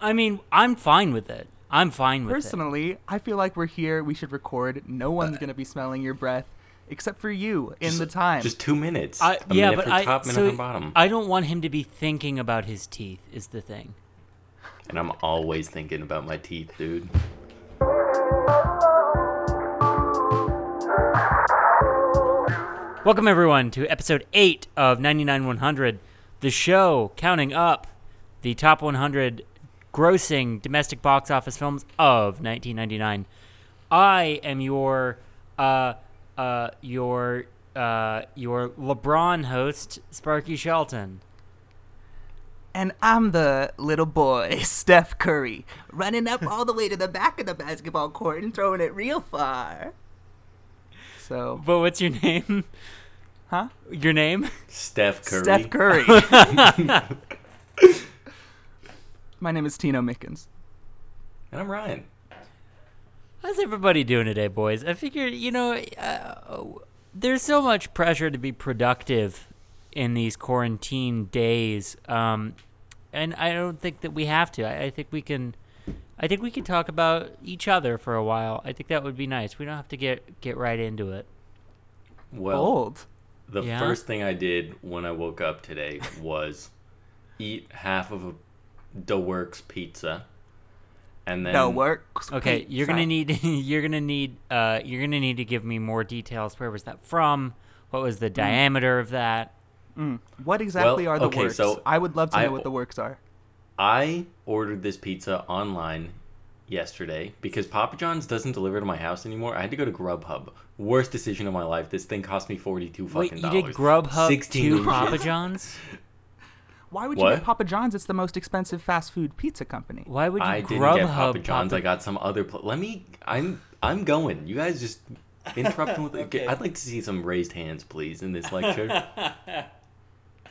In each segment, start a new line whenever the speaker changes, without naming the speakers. I mean, I'm fine with it. I'm fine with it.
Personally, I feel like we're here. We should record. No one's gonna be smelling your breath, except for you in the time.
Uh, Just two minutes.
I,
a
yeah,
minute
but
for
I
top, minute
so
for bottom.
I don't want him to be thinking about his teeth. Is the thing.
and I'm always thinking about my teeth, dude.
Welcome everyone to episode eight of 99100, the show counting up the top 100 grossing domestic box office films of 1999. I am your uh uh your uh your LeBron host Sparky Shelton.
and I'm the little boy, Steph Curry, running up all the way to the back of the basketball court and throwing it real far. So,
But what's your name?
huh?
Your name?
Steph Curry.
Steph Curry. My name is Tino Mickens.
And I'm Ryan.
How's everybody doing today, boys? I figure, you know, uh, there's so much pressure to be productive in these quarantine days, um, and I don't think that we have to. I, I think we can, I think we can talk about each other for a while. I think that would be nice. We don't have to get get right into it.
Well,
Old.
the
Yeah.
first thing I did when I woke up today was eat half of a the works pizza, and then
No works.
Okay, you're gonna
Pizza.
need you're gonna need uh, you're gonna need to give me more details. Where was that from? What was
Hmm.
the diameter of that?
What exactly
Well,
are the
okay,
works?
so
I would love to
I-
know what the works are.
I ordered this pizza online yesterday because Papa John's doesn't deliver to my house anymore. I had to go to Grubhub. Worst decision of my life. This thing cost me forty-two
Wait,
fucking
you
dollars.
did Grubhub to
inches.
Papa John's?
Why would you
What?
get Papa John's? It's the most expensive fast food pizza company.
Why would you
I didn't
Grubhub
get Papa John's.
Papa-
I got some other. Pl- Let me. I'm. I'm going. You guys just interrupting with. I'd like to see some raised hands, please, in this lecture.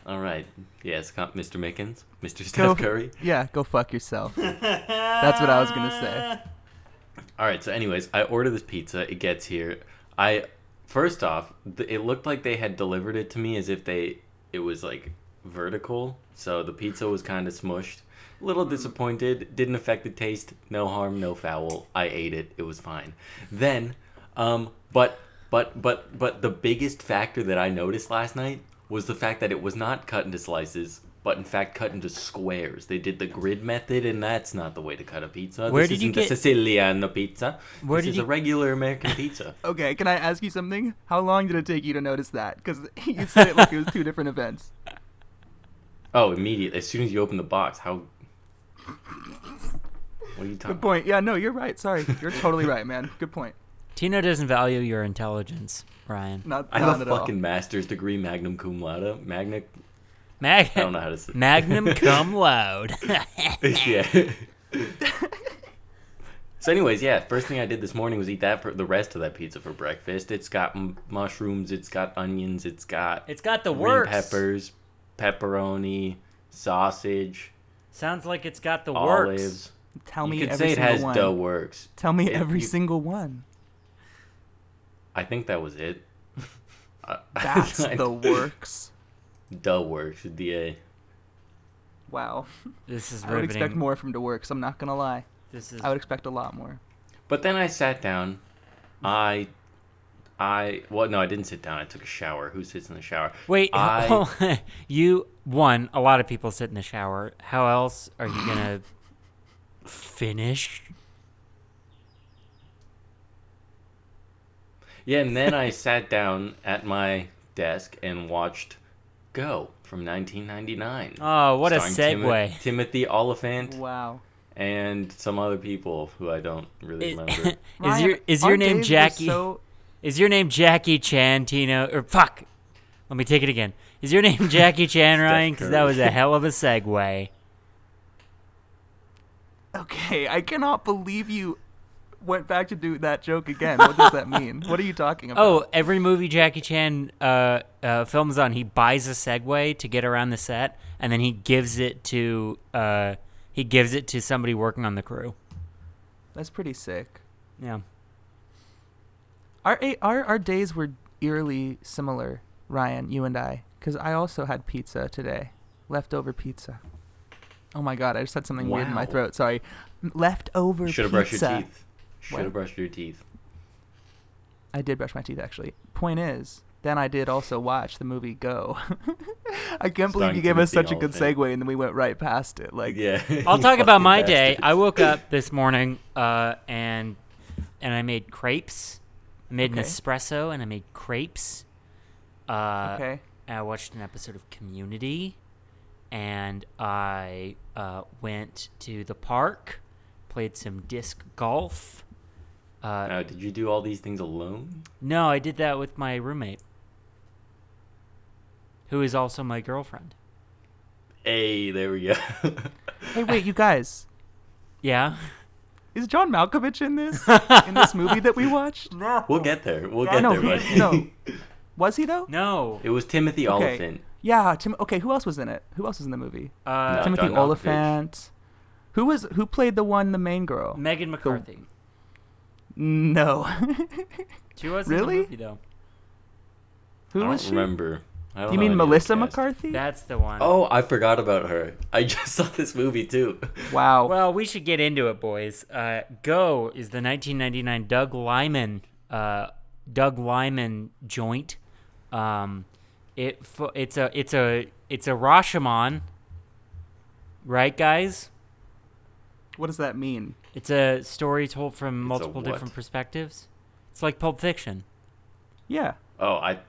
All right. Yes, com- Mr. Mickens, Mr. Steph Curry.
Yeah, go fuck yourself. That's what I was gonna say.
All right. So, anyways, I order this pizza. It gets here. I first off, th- it looked like they had delivered it to me as if they it was like vertical. So the pizza was kind of smushed. A little disappointed. Didn't affect the taste. No harm, no foul. I ate it. It was fine. Then, um, but but but but the biggest factor that I noticed last night was the fact that it was not cut into slices. But in fact, cut into squares. They did the grid method, and that's not the way to cut a pizza.
Where
this
did you
isn't
get-
a Sicilian pizza.
Where
this
did
is
you-
a regular American pizza.
Okay, can I ask you something? How long did it take you to notice that? Because you said it like it was two different events.
Oh, immediately. As soon as you open the box, how. What are you talking
Good point. Yeah, no, you're right. Sorry, you're totally right, man. Good point.
Tino doesn't value your intelligence, Ryan.
Not,
I
not
have a
at
fucking master's degree, magnum cum laude. Magna.
Mag-
I don't know how to say
Magnum cum laude.
Yeah. so, anyways, yeah, first thing I did this morning was eat that for the rest of that pizza for breakfast. It's got m- mushrooms, it's got onions, it's got
it's got the
green
works.
peppers, pepperoni, sausage,
Sounds like it's got the works.
olives.
all. Tell
you
me
could
every
say it
single
has
one.
dough works.
Tell me
It-
every
you-
single one.
I think that was it. I-
That's
I-
the works.
Duh works, DA.
Wow.
This is
I would expect
riveting.
more from the works. I'm not gonna lie.
This is
I would expect a lot more.
But then I sat down. I, I well no I didn't sit down. I took a shower. Who sits in the shower?
Wait, oh,
I
you one, a lot of people sit in the shower. How else are you going to finish?
yeah. And then I sat down at my desk and watched Go from 1999.
Oh, what a
starring Timo-
segue.
Timothy Oliphant
Wow.
and some other people who I don't really remember.
is your is your name Jackie?
So
Is your name Jackie Chan, Tino? Or fuck. Let me take it again. Is your name Jackie Chan, Ryan? Because that
Curry.
was a hell of a segue.
okay, I cannot believe you went back to do that joke again. What does that mean? what are you talking about?
Oh, every movie Jackie Chan uh, uh, films on, he buys a Segway to get around the set, and then he gives it to uh, he gives it to somebody working on the crew.
that's pretty sick.
Yeah.
Our a- our our days were eerily similar, Ryan, you and I, because I also had pizza today, leftover pizza. Oh my god, I just had something weird in my
Wow.
throat. Sorry. Leftover pizza.
Should have brushed your teeth. Should
What?
have brushed your teeth.
I did brush my teeth actually. Point is, then I did also watch the movie Go. I can't believe
Starring
you gave us
Timothy
such a good
Oliphant.
segue and then we went right past it. Like
yeah.
I'll
you
talk about
fucking
my day.
bastards.
I woke up this morning uh, and and I made crepes. I made an
Okay.
espresso and I made crepes. Uh,
Okay.
and I watched an episode of Community, and I uh, went to the park, played some disc golf. Uh,
Now, did you do all these things alone?
no, I did that with my roommate, who is also my girlfriend.
Hey, there we go.
Hey wait, you guys.
Yeah.
Is John Malkovich in this? in this movie that we watched?
we'll get there. We'll get
no,
there, buddy.
he- no. Was he though?
No.
It was Timothy
Okay.
Oliphant.
Yeah, Tim okay, who else was in it? Who else was in the movie?
Uh,
No.
Timothy
John Malkovich.
Oliphant. Who was who played the one the main girl?
Megan McCarthy.
no.
She was
Really?
in the movie though.
who
I
was
don't
she?
remember. I don't
You
know any
mean
of the
Melissa
cast.
McCarthy?
That's the one.
Oh, I forgot about her. I just saw this movie too.
Wow.
Well, we should get into it, boys. Uh, Go is the 1999 Doug Lyman, uh, Doug Lyman joint. Um, it fo- it's a it's a it's a Rashomon, right, guys?
what does that mean?
It's a story told from multiple
what?
different perspectives. It's like Pulp Fiction.
Yeah.
Oh, I.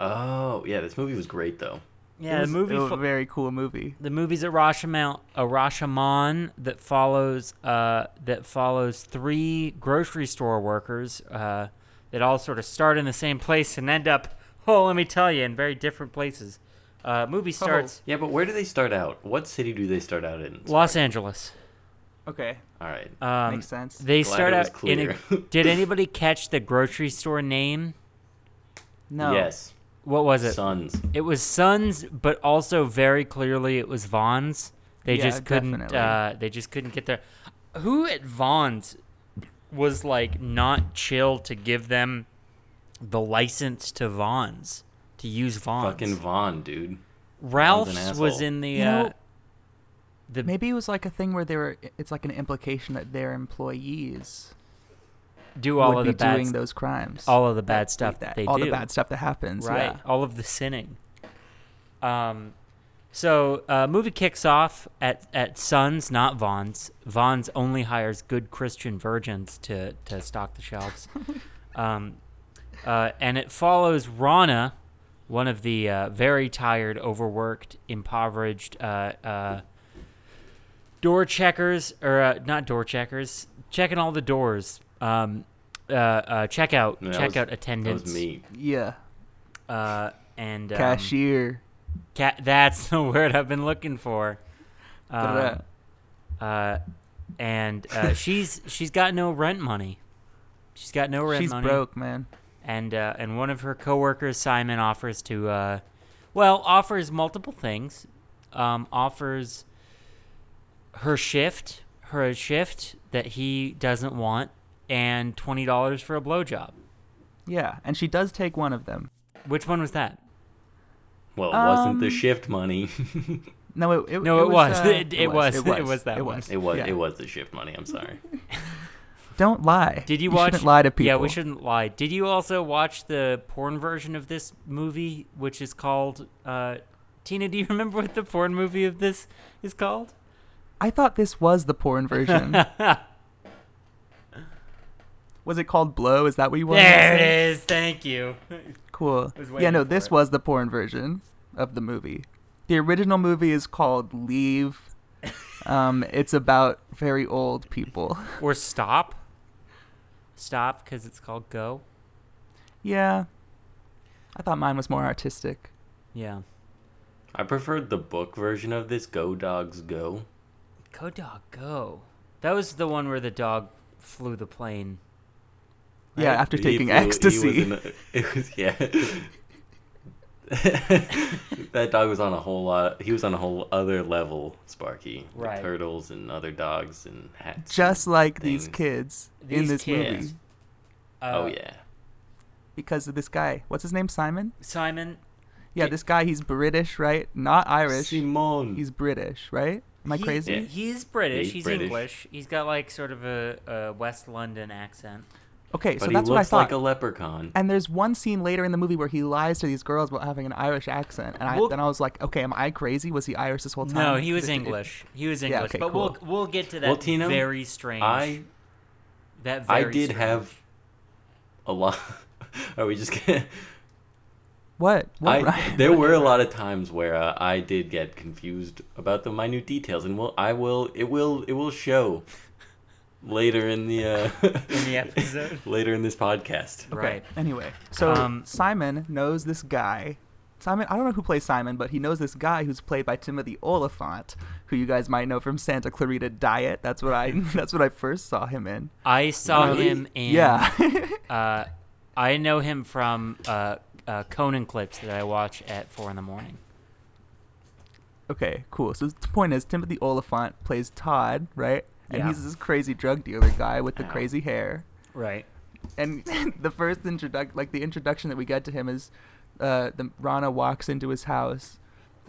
Oh yeah, this movie was great though.
Yeah,
it was,
the movie
it was
fo-
a very cool movie.
the movie's a Rashomon, a Rashomon that follows uh, that follows three grocery store workers uh, that all sort of start in the same place and end up, oh, let me tell you, in very different places. Uh,
Oh.
movie starts
Yeah, but where do they start out? What city do they start out in?
Los Angeles.
Okay,
All right.
Um,
makes sense.
They
Glad
start
it was
out in a.
clear.
Did anybody catch the grocery store name?
no.
Yes.
What was it?
Sons.
It was Suns, but also very clearly it was Vaughn's. They
Yeah,
just couldn't.
definitely.
Uh, they just couldn't get there. Who at Vaughn's was like not chill to give them the license to Vaughn's to use Vaughn's?
Fucking Vaughn, dude.
Ralph's was
asshole.
in the.
You
uh,
know-
the
Maybe it was like a thing where they were. It's like an implication that their employees
do all
would
of
be
the bad
doing
s-
those crimes.
all of the bad stuff that,
that,
they
all
do.
the bad stuff that happens.
right?
Yeah.
All of the sinning. Um, so uh, movie kicks off at at Suns, not Vaughn's. Vaughn's only hires good Christian virgins to to stock the shelves, um, uh, and it follows Rana, one of the uh, very tired, overworked, impoverished. Uh, uh, door checkers or uh, not door checkers checking all the doors um uh, uh checkout
Yeah, that was-
checkout
That
attendants
was me.
Yeah.
uh, and um,
Cashier.
ca- that's the word I've been looking for. Uh,
Da-da-da.
uh, and uh, she's she's got no rent money. She's got no rent
She's
money.
broke, man.
And uh, and one of her coworkers, Simon, offers to, uh, well, offers multiple things. Um, offers her shift, her a shift that he doesn't want, and twenty dollars for a blowjob.
Yeah, and she does take one of them.
Which one was that?
Well, it wasn't the
Um,
shift money.
No, it, it
No, it was.
uh,
It- it was.
It was.
It was that
it
one.
was.
it was.
yeah.
It was the shift money. I'm sorry.
Don't lie.
Did you,
you
watch?
Shouldn't lie to people.
Yeah, we shouldn't lie. Did you also watch the porn version of this movie, which is called? Uh, Tina, do you remember what the porn movie of this is called?
I thought this was the porn version. was it called Blow? Is that what you wanted?
There
to
it
say?
is. Thank you.
Cool.
was
Yeah,
waiting
no,
for
this
it.
was the porn version of the movie. The original movie is called Leave. Um, it's about very old people.
Or stop. Stop, because it's called Go.
Yeah. I thought mine was more artistic.
Yeah.
I preferred the book version of this. Go dogs, go.
Go dog, go. That was the one where the dog flew the plane.
Yeah,
Right?
after
He
taking
flew- he was
ecstasy.
in a- it was yeah. that dog was on a whole lot. He was on a whole other level, Sparky. with
Right.
turtles and other dogs and hats.
Just like these
Thing.
kids in
These
this
kids.
movie.
Uh,
oh yeah.
Because of this guy. What's his name? Simon?
Simon.
Yeah, this guy, he's British, right? Not Irish.
Simone.
He's British, right? Am I
He-
crazy?
Yeah.
He's British.
He's
He's,
British.
English. He's got like sort of a, a West London accent.
Okay,
but
so
he
that's what I
looks
thought.
like a leprechaun.
and there's one scene later in the movie where he lies to these girls about having an Irish accent, and I,
Well-
then I was like, okay, am I crazy? Was he Irish this whole time?
No, he was
Because it- it-
English. He was
Yeah,
English.
okay,
but
cool.
we'll we'll get to that
Well, Tina,
very strange.
I
that
I
very
did
strange.
have a lot. Are we just gonna?
What? What?
I,
Ryan?
there were a lot of times where uh, I did get confused about the minute details, and will I will it will it will show later in the uh, in
the episode.
later in this podcast.
Okay,
right.
Anyway, so
Um,
Simon knows this guy. Simon, I don't know who plays Simon, but he knows this guy who's played by Timothy Oliphant, who you guys might know from Santa Clarita Diet. That's what I. that's what I first saw him in.
I saw
Really?
him in.
yeah.
Uh, I know him from uh, uh, Conan clips that I watch at four in the morning.
Okay, cool. So the point is, Timothy Oliphant plays Todd, right? And
Yeah. Uh-huh.
he's this crazy drug dealer guy with the
Ow.
crazy hair.
Right.
And the first introduc like the introduction that we get to him is, uh, the Rana walks into his house,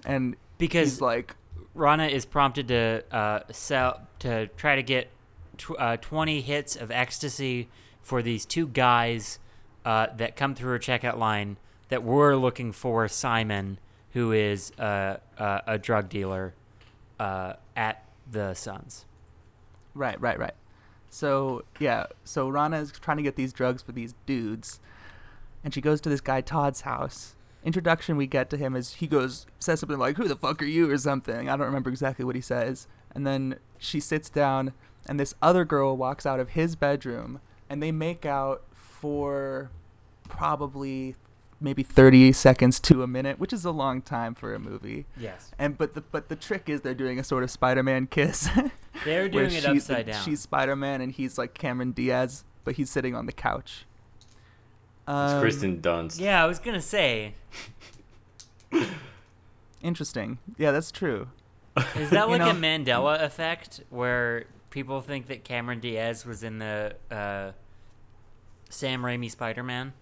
and
Because
he's like,
Rana is prompted to uh, sell to try to get tw- uh, 20 hits of ecstasy for these two guys uh, that come through her checkout line that were looking for Simon, who is uh, uh, a drug dealer uh, at the Suns.
right, right, right. So yeah, so Rana is trying to get these drugs for these dudes, and she goes to this guy Todd's house. Introduction we get to him is he goes says something like "Who the fuck are you?" or something. I don't remember exactly what he says. And then she sits down, and this other girl walks out of his bedroom, and they make out for probably maybe 30 seconds to a minute, which is a long time for a movie.
Yes.
And but the but the trick is they're doing a sort of Spider-Man kiss.
They're
where
doing it
she's-
upside down.
She's Spider-Man and he's like Cameron Diaz, but he's sitting on the couch.
It's
Um,
Kristen Dunst.
Yeah, I was going to say,
Interesting. Yeah, that's true.
is that
You
like a
know?
Mandela effect where people think that Cameron Diaz was in the uh, Sam Raimi Spider Man?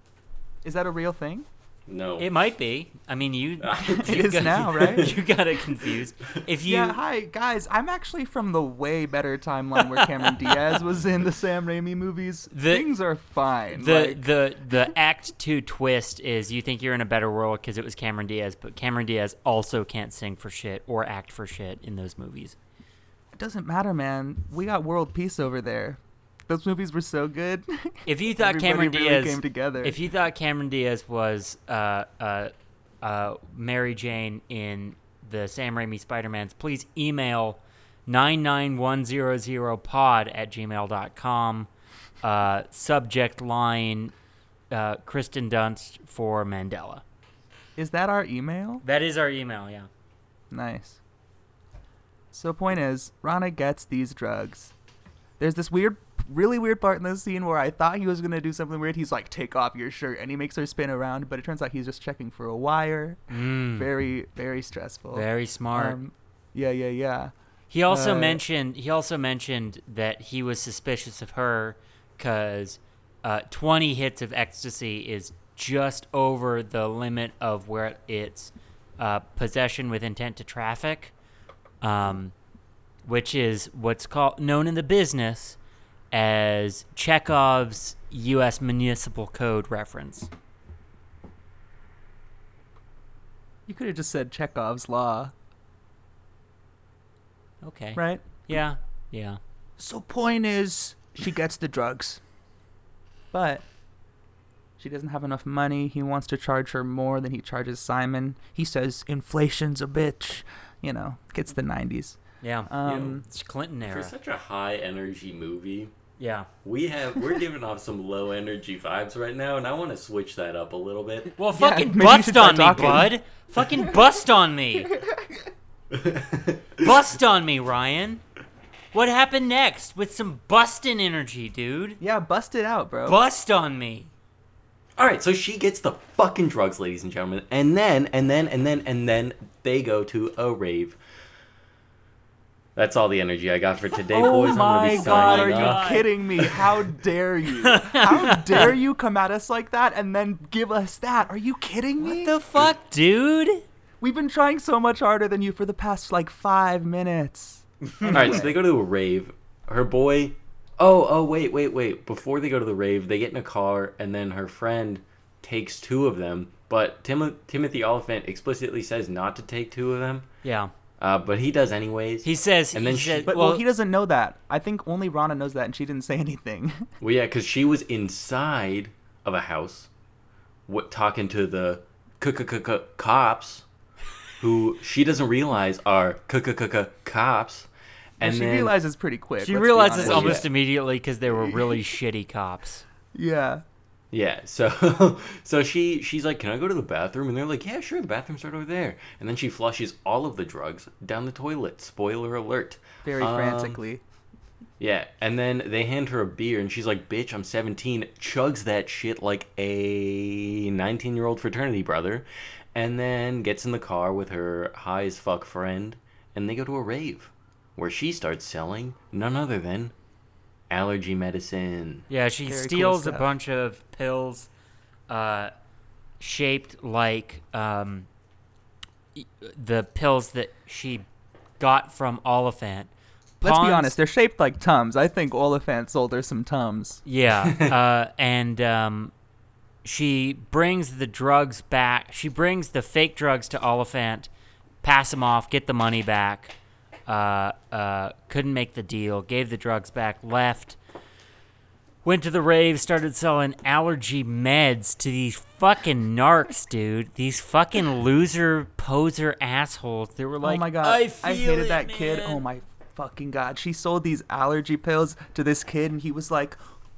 Is that a real thing?
No.
It might be. I mean, you.
It
you
is now, right?
You got it confused. If you,
yeah. Hi guys, I'm actually from the way better timeline where Cameron Diaz was in the Sam Raimi movies.
The-
Things are fine.
the
like-
the the Act Two twist is you think you're in a better world because it was Cameron Diaz, but Cameron Diaz also can't sing for shit or act for shit in those movies.
it doesn't matter, man. We got world peace over there. Those movies were so good.
If you thought
Everybody
Cameron
really
Diaz
came together.
if you thought Cameron Diaz was uh uh uh Mary Jane in the Sam Raimi Spider Man's, please email nine nine one zero zero pod at gmail.com. Uh, subject line uh, Kristen Dunst for Mandela.
Is that our email?
That is our email, yeah.
Nice. So point is, Rana gets these drugs. There's this weird, really weird part in this scene where I thought he was gonna do something weird. He's like, "Take off your shirt," and he makes her spin around, but it turns out he's just checking for a wire. Very, very stressful.
Mm, Very smart.
Um, yeah, yeah, yeah.
He also
Uh,
mentioned he also mentioned that he was suspicious of her because uh, twenty hits of ecstasy is just over the limit of where it's uh, possession with intent to traffic, um, which is what's called known in the business as Chekhov's U.S. municipal code reference.
You could have just said Chekhov's law,
Okay.
right?
Yeah. Yeah.
So point is, she gets the drugs, but she doesn't have enough money. He wants to charge her more than he charges Simon. He says inflation's a bitch. You know, gets the '90s.
Yeah.
Um,
it's Clinton
For
era.
such a high energy movie,
Yeah.
we have we're giving off some low energy vibes right now, and I want to switch that up a little bit.
Well,
Yeah,
fucking
maybe you should
bust
start
on
talking.
me, bud. Fucking bust on me. bust on me, Ryan. What happened next with some bustin' energy, dude?
yeah, bust it out, bro.
Bust on me.
All right, so she gets the fucking drugs, ladies and gentlemen, and then and then and then and then they go to a rave. That's all the energy I got for today,
Oh
boys. I'm
my
gonna be
god, are
signing
you
off.
kidding me? How dare you? How dare you come at us like that and then give us that? Are you kidding me?
What the fuck, dude?
We've been trying so much harder than you for the past like five minutes.
All right, so they go to a rave. Her boy. Oh, oh, wait, wait, wait. Before they go to the rave, they get in a car, and then her friend takes two of them. But Tim- Timothy Oliphant explicitly says not to take two of them,
Yeah.
uh, but he does anyways.
He says.
And
he
then she-
said-
But well,
well,
he doesn't know that. I think only Rana knows that, and she didn't say anything.
Well, yeah, because she was inside of a house, what talking to the c- c- c- c- cops, who she doesn't realize are c- c- c- c- cops, and
she
then
realizes pretty quick.
she
let's be
realizes
honest.
Yeah.
almost immediately because they were really shitty cops.
Yeah.
yeah, so so she she's like, "Can I go to the bathroom?" And they're like, "Yeah, sure. The bathroom's right over there." And then she flushes all of the drugs down the toilet. Spoiler alert.
Very
Um,
frantically.
Yeah, and then they hand her a beer, and she's like, "Bitch, I'm 17." Chugs that shit like a 19-year-old fraternity brother, and then gets in the car with her high as fuck friend, and they go to a rave, where she starts selling none other than allergy medicine.
Yeah, she
Very cool
steals a
stuff.
bunch of pills uh, shaped like um, e- the pills that she got from Oliphant.
Let's be
Pawns-
honest, they're shaped like Tums. I think Oliphant sold her some Tums.
Yeah, uh, and um, she brings the drugs back. She brings the fake drugs to Oliphant, pass them off, get the money back. Uh, uh, couldn't make the deal. Gave the drugs back. Left. Went to the rave. Started selling allergy meds to these fucking narcs, dude. These fucking loser poser assholes. They were like,
oh my god,
I, feel
hated
it,
that kid. Oh
man."
my fucking god, she sold these allergy pills to this kid, and he was like,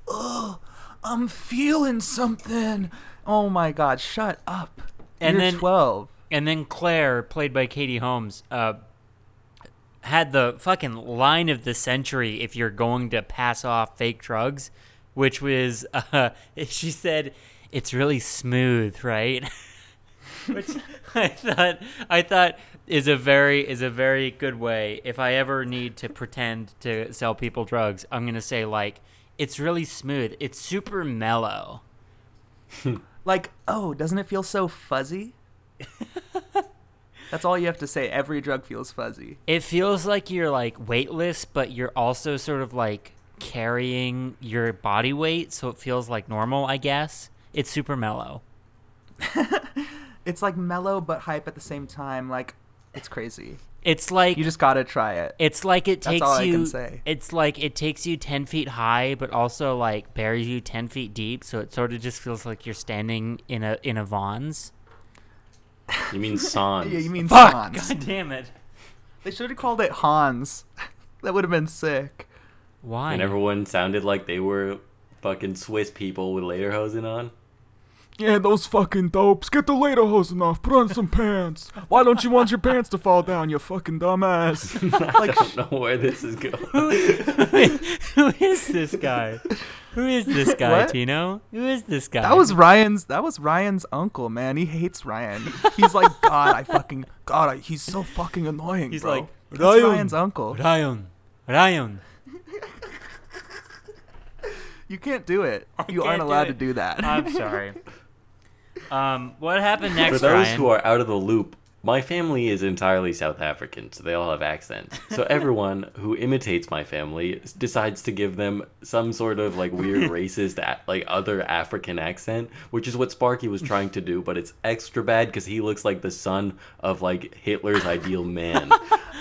"Oh, I'm feeling something." Oh my god, shut up.
And
You're
then-
twelve.
And then Claire, played by Katie Holmes, uh, had the fucking line of the century if you're going to pass off fake drugs, which was, uh, she said, it's really smooth, right? which I thought I thought is a very is a very good way. If I ever need to pretend to sell people drugs, I'm gonna say like, it's really smooth. It's super mellow.
Like, oh, doesn't it feel so fuzzy? That's all you have to say. Every drug feels fuzzy.
It feels like you're like weightless, but you're also sort of like carrying your body weight, so it feels like normal, I guess. It's super mellow.
It's like mellow but hype at the same time. Like, it's crazy.
It's like
You just gotta try it.
it's like it
That's
takes
all I
you
can say.
it's like it takes you 10 feet high but also like buries you 10 feet deep so it sort of just feels like you're standing in a in a vons
You mean Sans?
Yeah, you mean
fuck
Hans.
god damn it
They should have called it Hans. that would have been sick.
why
And everyone sounded like they were fucking Swiss people with lederhosen on.
Yeah, those fucking dopes. Get the lederhosen off. Put on some pants. Why don't you want your pants to fall down, you fucking dumbass?
I
Like,
don't know where this is going.
who is this guy who is this guy
What?
tino who is this guy
That was Ryan's. That was Ryan's uncle, man. He hates Ryan. He's like, God, I fucking, God, I, he's so fucking annoying,
He's
bro."
like,
That's
"Ryan."
Ryan's uncle.
ryan ryan
You can't do it. You
can't
aren't
do
allowed
it.
to do that.
I'm sorry. Um, what happened next,
For those
Ryan?
who are out of the loop, my family is entirely South African, so they all have accents. So everyone who imitates my family s- decides to give them some sort of like weird racist, a- like other African accent, which is what Sparky was trying to do, but it's extra bad because he looks like the son of like Hitler's ideal man.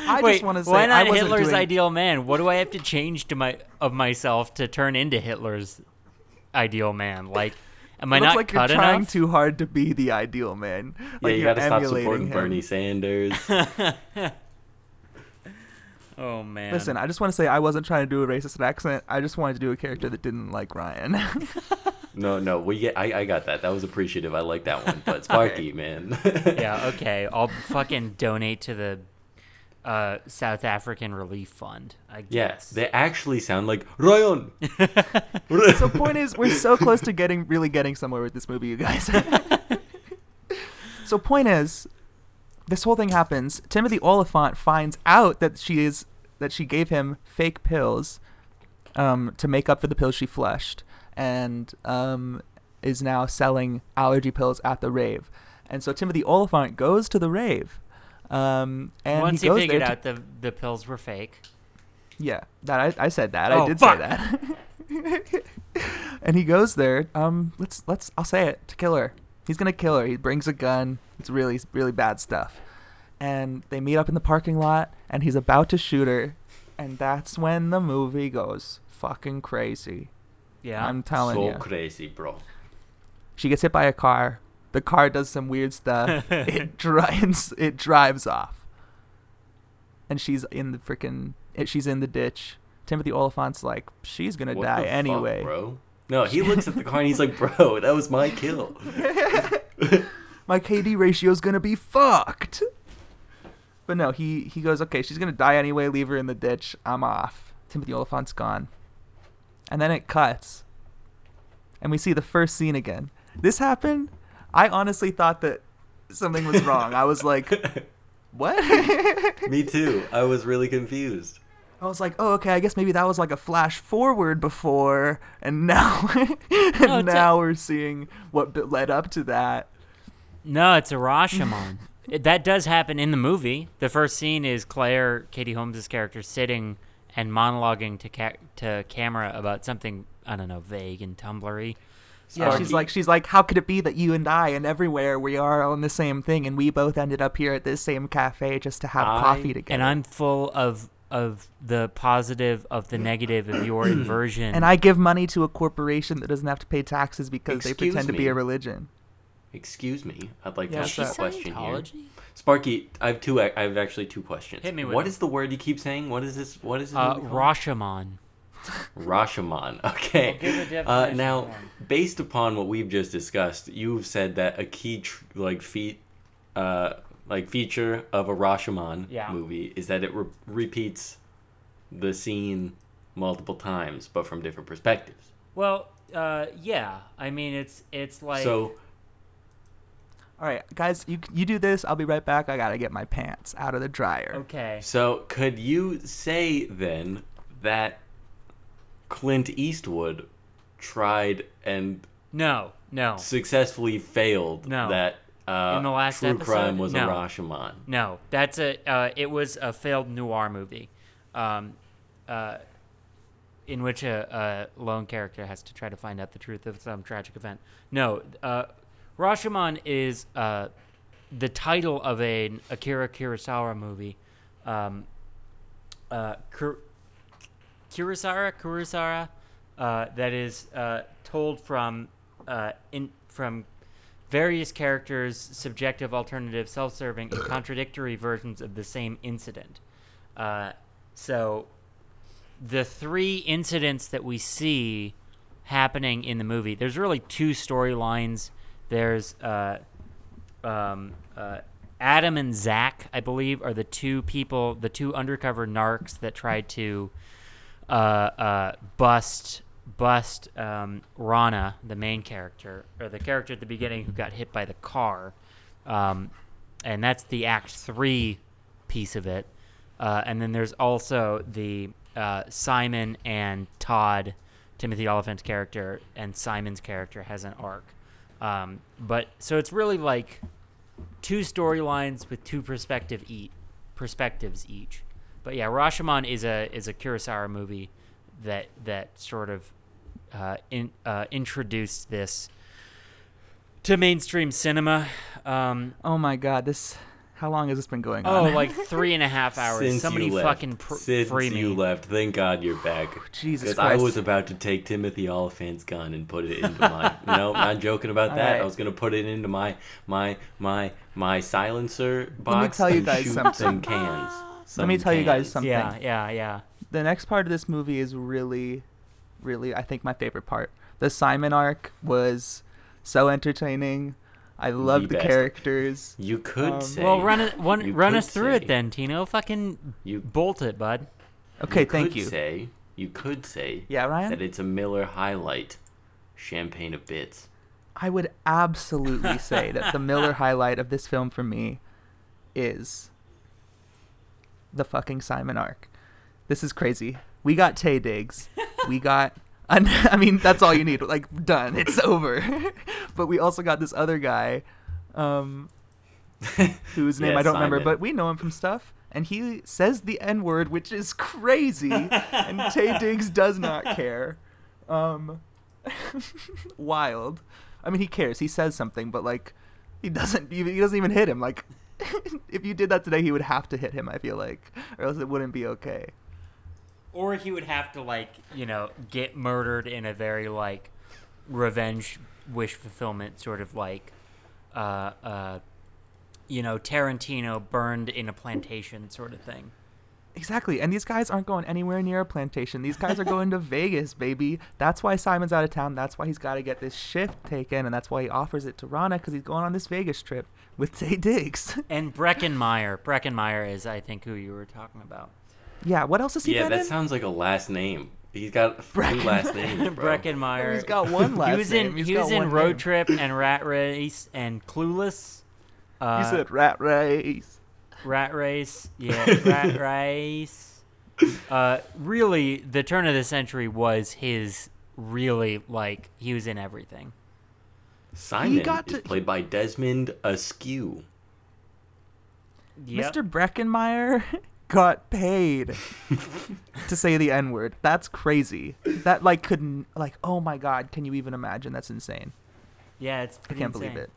I
Wait,
just want to say,
why
I
not
wasn't
Hitler's
doing-
ideal man? What do I have to change to my of myself to turn into Hitler's ideal man? Like, am I
It looks
not
like you're
cut
trying
enough?
too hard to be the ideal man. Like
yeah, you
you're
gotta stop
emulating
supporting
him.
Bernie Sanders.
oh man!
Listen, I just want to say I wasn't trying to do a racist accent. I just wanted to do a character that didn't like Ryan.
No, no, we get. I, I got that. That was appreciative. I like that one. But Sparky, man.
yeah, okay. I'll fucking donate to the uh, South African Relief Fund. I
Yes,
guess.
they actually sound like Ryan.
so point is we're so close to getting really getting somewhere with this movie you guys so point is this whole thing happens timothy oliphant finds out that she is that she gave him fake pills um, to make up for the pills she flushed, and um, is now selling allergy pills at the rave. And so Timothy Oliphant goes to the rave. Um, and
Once
he
he
goes
figured
there to-
out the the pills were fake.
yeah, that I, I said that.
Oh,
I did
fuck.
say that. and he goes there. Um, let's let's. I'll say it to kill her. He's gonna kill her. He brings a gun. It's really really bad stuff. And they meet up in the parking lot, and he's about to shoot her, and that's when the movie goes fucking crazy.
Yeah.
I'm telling
so
you.
crazy, bro.
She gets hit by a car. The car does some weird stuff. it drives. It drives off. And she's in the freaking. She's in the ditch. Timothy Oliphant's like, she's gonna
What
die
the fuck,
anyway.
bro. No, he looks at the car and he's like, "Bro, that was my kill."
My KD ratio's gonna be fucked. But no, he he goes, okay, she's gonna die anyway. Leave her in the ditch. I'm off. Timothy Oliphant's gone. And then it cuts, and we see the first scene again. This happened. I honestly thought that something was wrong. I was like, what?
Me too. I was really confused.
I was like, oh, okay, I guess maybe that was like a flash forward before, and now, and
No, it's a-
now we're seeing what b- led up to that.
No, it's a Rashomon. It- that does happen in the movie. The first scene is Claire, Katie Holmes' character, sitting and monologuing to ca- to camera about something I don't know, vague and tumblery.
Yeah,
Sparky.
she's like, she's like, how could it be that you and I and everywhere we are on the same thing, and we both ended up here at this same cafe just to have
I-
coffee
and
together?
And I'm full of of the positive of the negative of your inversion.
And I give money to a corporation that doesn't have to pay taxes because they
Excuse
pretend to be
me.
a religion.
Excuse me. I'd like
Yeah,
to
is
ask
she
a question here.
Scientology?
Sparky, I have two. I have actually two questions.
Hit me with
What
it.
is the word you keep saying? What is this? What is this?
Uh,
movie called?
Rashomon.
Rashomon. Okay.
Well, give a
uh,
definition
now,
then.
based upon what we've just discussed, you've said that a key tr- like feat, uh, like feature of a Rashomon
Yeah.
movie is that it re- repeats the scene multiple times, but from different perspectives.
Well, uh, yeah. I mean, it's it's like
so,
All right, guys, you you do this. I'll be right back. I gotta get my pants out of the dryer.
Oh.
okay.
so could you say then that Clint Eastwood tried and
No, no,
successfully failed
Oh. No.
that uh,
In the last
true crime
episode?
was
No.
a Rashomon?
no. That's a. Uh, it was a failed noir movie, um, uh, in which a, a lone character has to try to find out the truth of some tragic event. No, uh, Rashomon is uh, the title of an Akira Kurosawa movie. Um, uh, Kur- Kurosawa, Kurosawa, uh, that is uh, told from uh, in from various characters, subjective, alternative, self-serving, and contradictory versions of the same incident. Uh, so, the three incidents that we see happening in the movie, there's really two storylines. There's uh, um, uh, Adam and Zach, I believe, are the two people, the two undercover narcs that tried to uh, uh, bust bust um, Rana, the main character, or the character at the beginning who got hit by the car, um, and that's the Act Three piece of it. Uh, and then there's also the uh, Simon and Todd, Timothy Oliphant's character, and Simon's character has an arc. Um, but so it's really like two storylines with two perspective each perspectives each. But yeah, Rashomon is a is a Kurosawa movie that that sort of uh, in, uh, introduced this to mainstream cinema. Um,
Oh my god, this. How long has this been going
oh,
on?
like three and a half hours.
Since
Somebody
you left.
fucking pr-
Since
free me.
you left, thank God you're back.
Oh, Jesus
Because I
Christ.
was about to take Timothy Oliphant's gun and put it into my. no, not joking about
All
that.
right.
I was gonna put it into my my my my silencer box.
tell you
and
guys
shoot
something.
Some cans.
Let me
Some
tell you guys
cans.
something.
Yeah, yeah, yeah.
the next part of this movie is really, really, I think, my favorite part. The Simon arc was so entertaining. I loved the
best.
characters.
You could
Um,
say.
Well, run it,
you
one, run
could
us through
say-
it then, Tino. Fucking
You-
bolt it, bud.
Okay, thank
could
you.
Say you could say
Yeah,
that
Ryan?
it's a Miller highlight, champagne of bits.
I would absolutely say that the Miller highlight of this film for me is the fucking Simon arc. This is crazy. We got Tay Diggs. We got. and- I mean, that's all you need. Like, done. It's over. but we also got this other guy, um, whose name
Yeah,
I don't remember,
Simon.
but we know him from stuff. And he says the N word, which is crazy. and Tay Diggs does not care. Um, wild. I mean, he cares. He says something, but like, he doesn't. He he doesn't even hit him. Like, if you did that today, he would have to hit him. I feel like, or else it wouldn't be okay.
Or he would have to like, you know, get murdered in a very like revenge wish fulfillment sort of like uh uh you know, Tarantino burned in a plantation sort of thing.
Exactly. And these guys aren't going anywhere near a plantation. These guys are going to Vegas, baby. That's why Simon's out of town. That's why he's got to get this shift taken, and that's why he offers it to Rana because he's going on this Vegas trip with Tay Diggs.
And Breckenmeyer. Breckenmeyer is I think who you were talking about.
yeah. What else is he
yeah,
been
that
in?
sounds like a last name. He's got three
Brecken-
last names, bro.
Breckenmeyer.
Oh, He's got one last
he was in
name. He's
he was
got
in
one
Road
name.
Trip and Rat Race and Clueless. Uh,
He said rat race.
Rat Race. Yeah, Rat Race. Uh, really, the turn of the century was his. Really, like he was in everything.
Simon
got
is
to-
played by Desmond Askew.
Yep.
Mr. Breckenmeyer got paid to say the N word. That's crazy. That like couldn't like oh my god, can you even imagine? That's insane.
Yeah, it's.
I
Pretty
can't believe
insane.
it.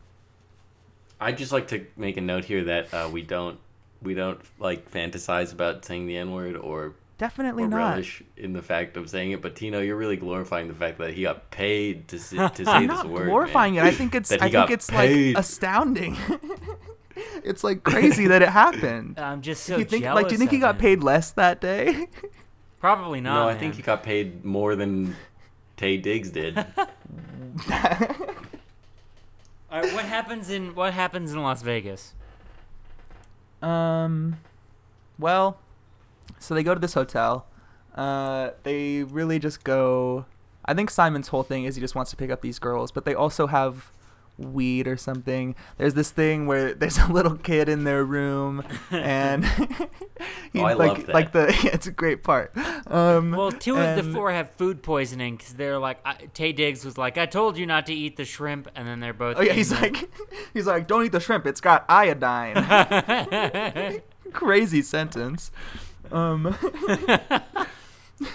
I'd just like to make a note here that uh, we don't we don't like fantasize about saying the N word or,
Definitely
or
not.
relish in the fact of saying it. But Tino, you're really glorifying the fact that he got paid to, say- to say
I'm
this
not
word.
glorifying it.
man.
I think it's
That
I
he
think
got
it's
paid.
like astounding. it's like crazy that it happened.
I'm just so
Do you think
jealous.
like do you think he
of
got
him.
paid less that day?
Probably not.
No, I think he
man.
got paid more than Tay Diggs did.
All right, what happens in what happens in Las Vegas?
Um, well, so they go to this hotel. Uh, they really just go. I think Simon's whole thing is he just wants to pick up these girls, but they also have weed or something. There's this thing where there's a little kid in their room, and he,
Oh, I
like
love that.
like the yeah, it's a great part. Um,
Well, two of the
and-
four have food poisoning because they're like I, Tay Diggs was like, "I told you not to eat the shrimp," and then they're both.
Oh yeah,
eating
he's
it.
like, he's like, don't eat the shrimp. It's got iodine. Crazy sentence. Um.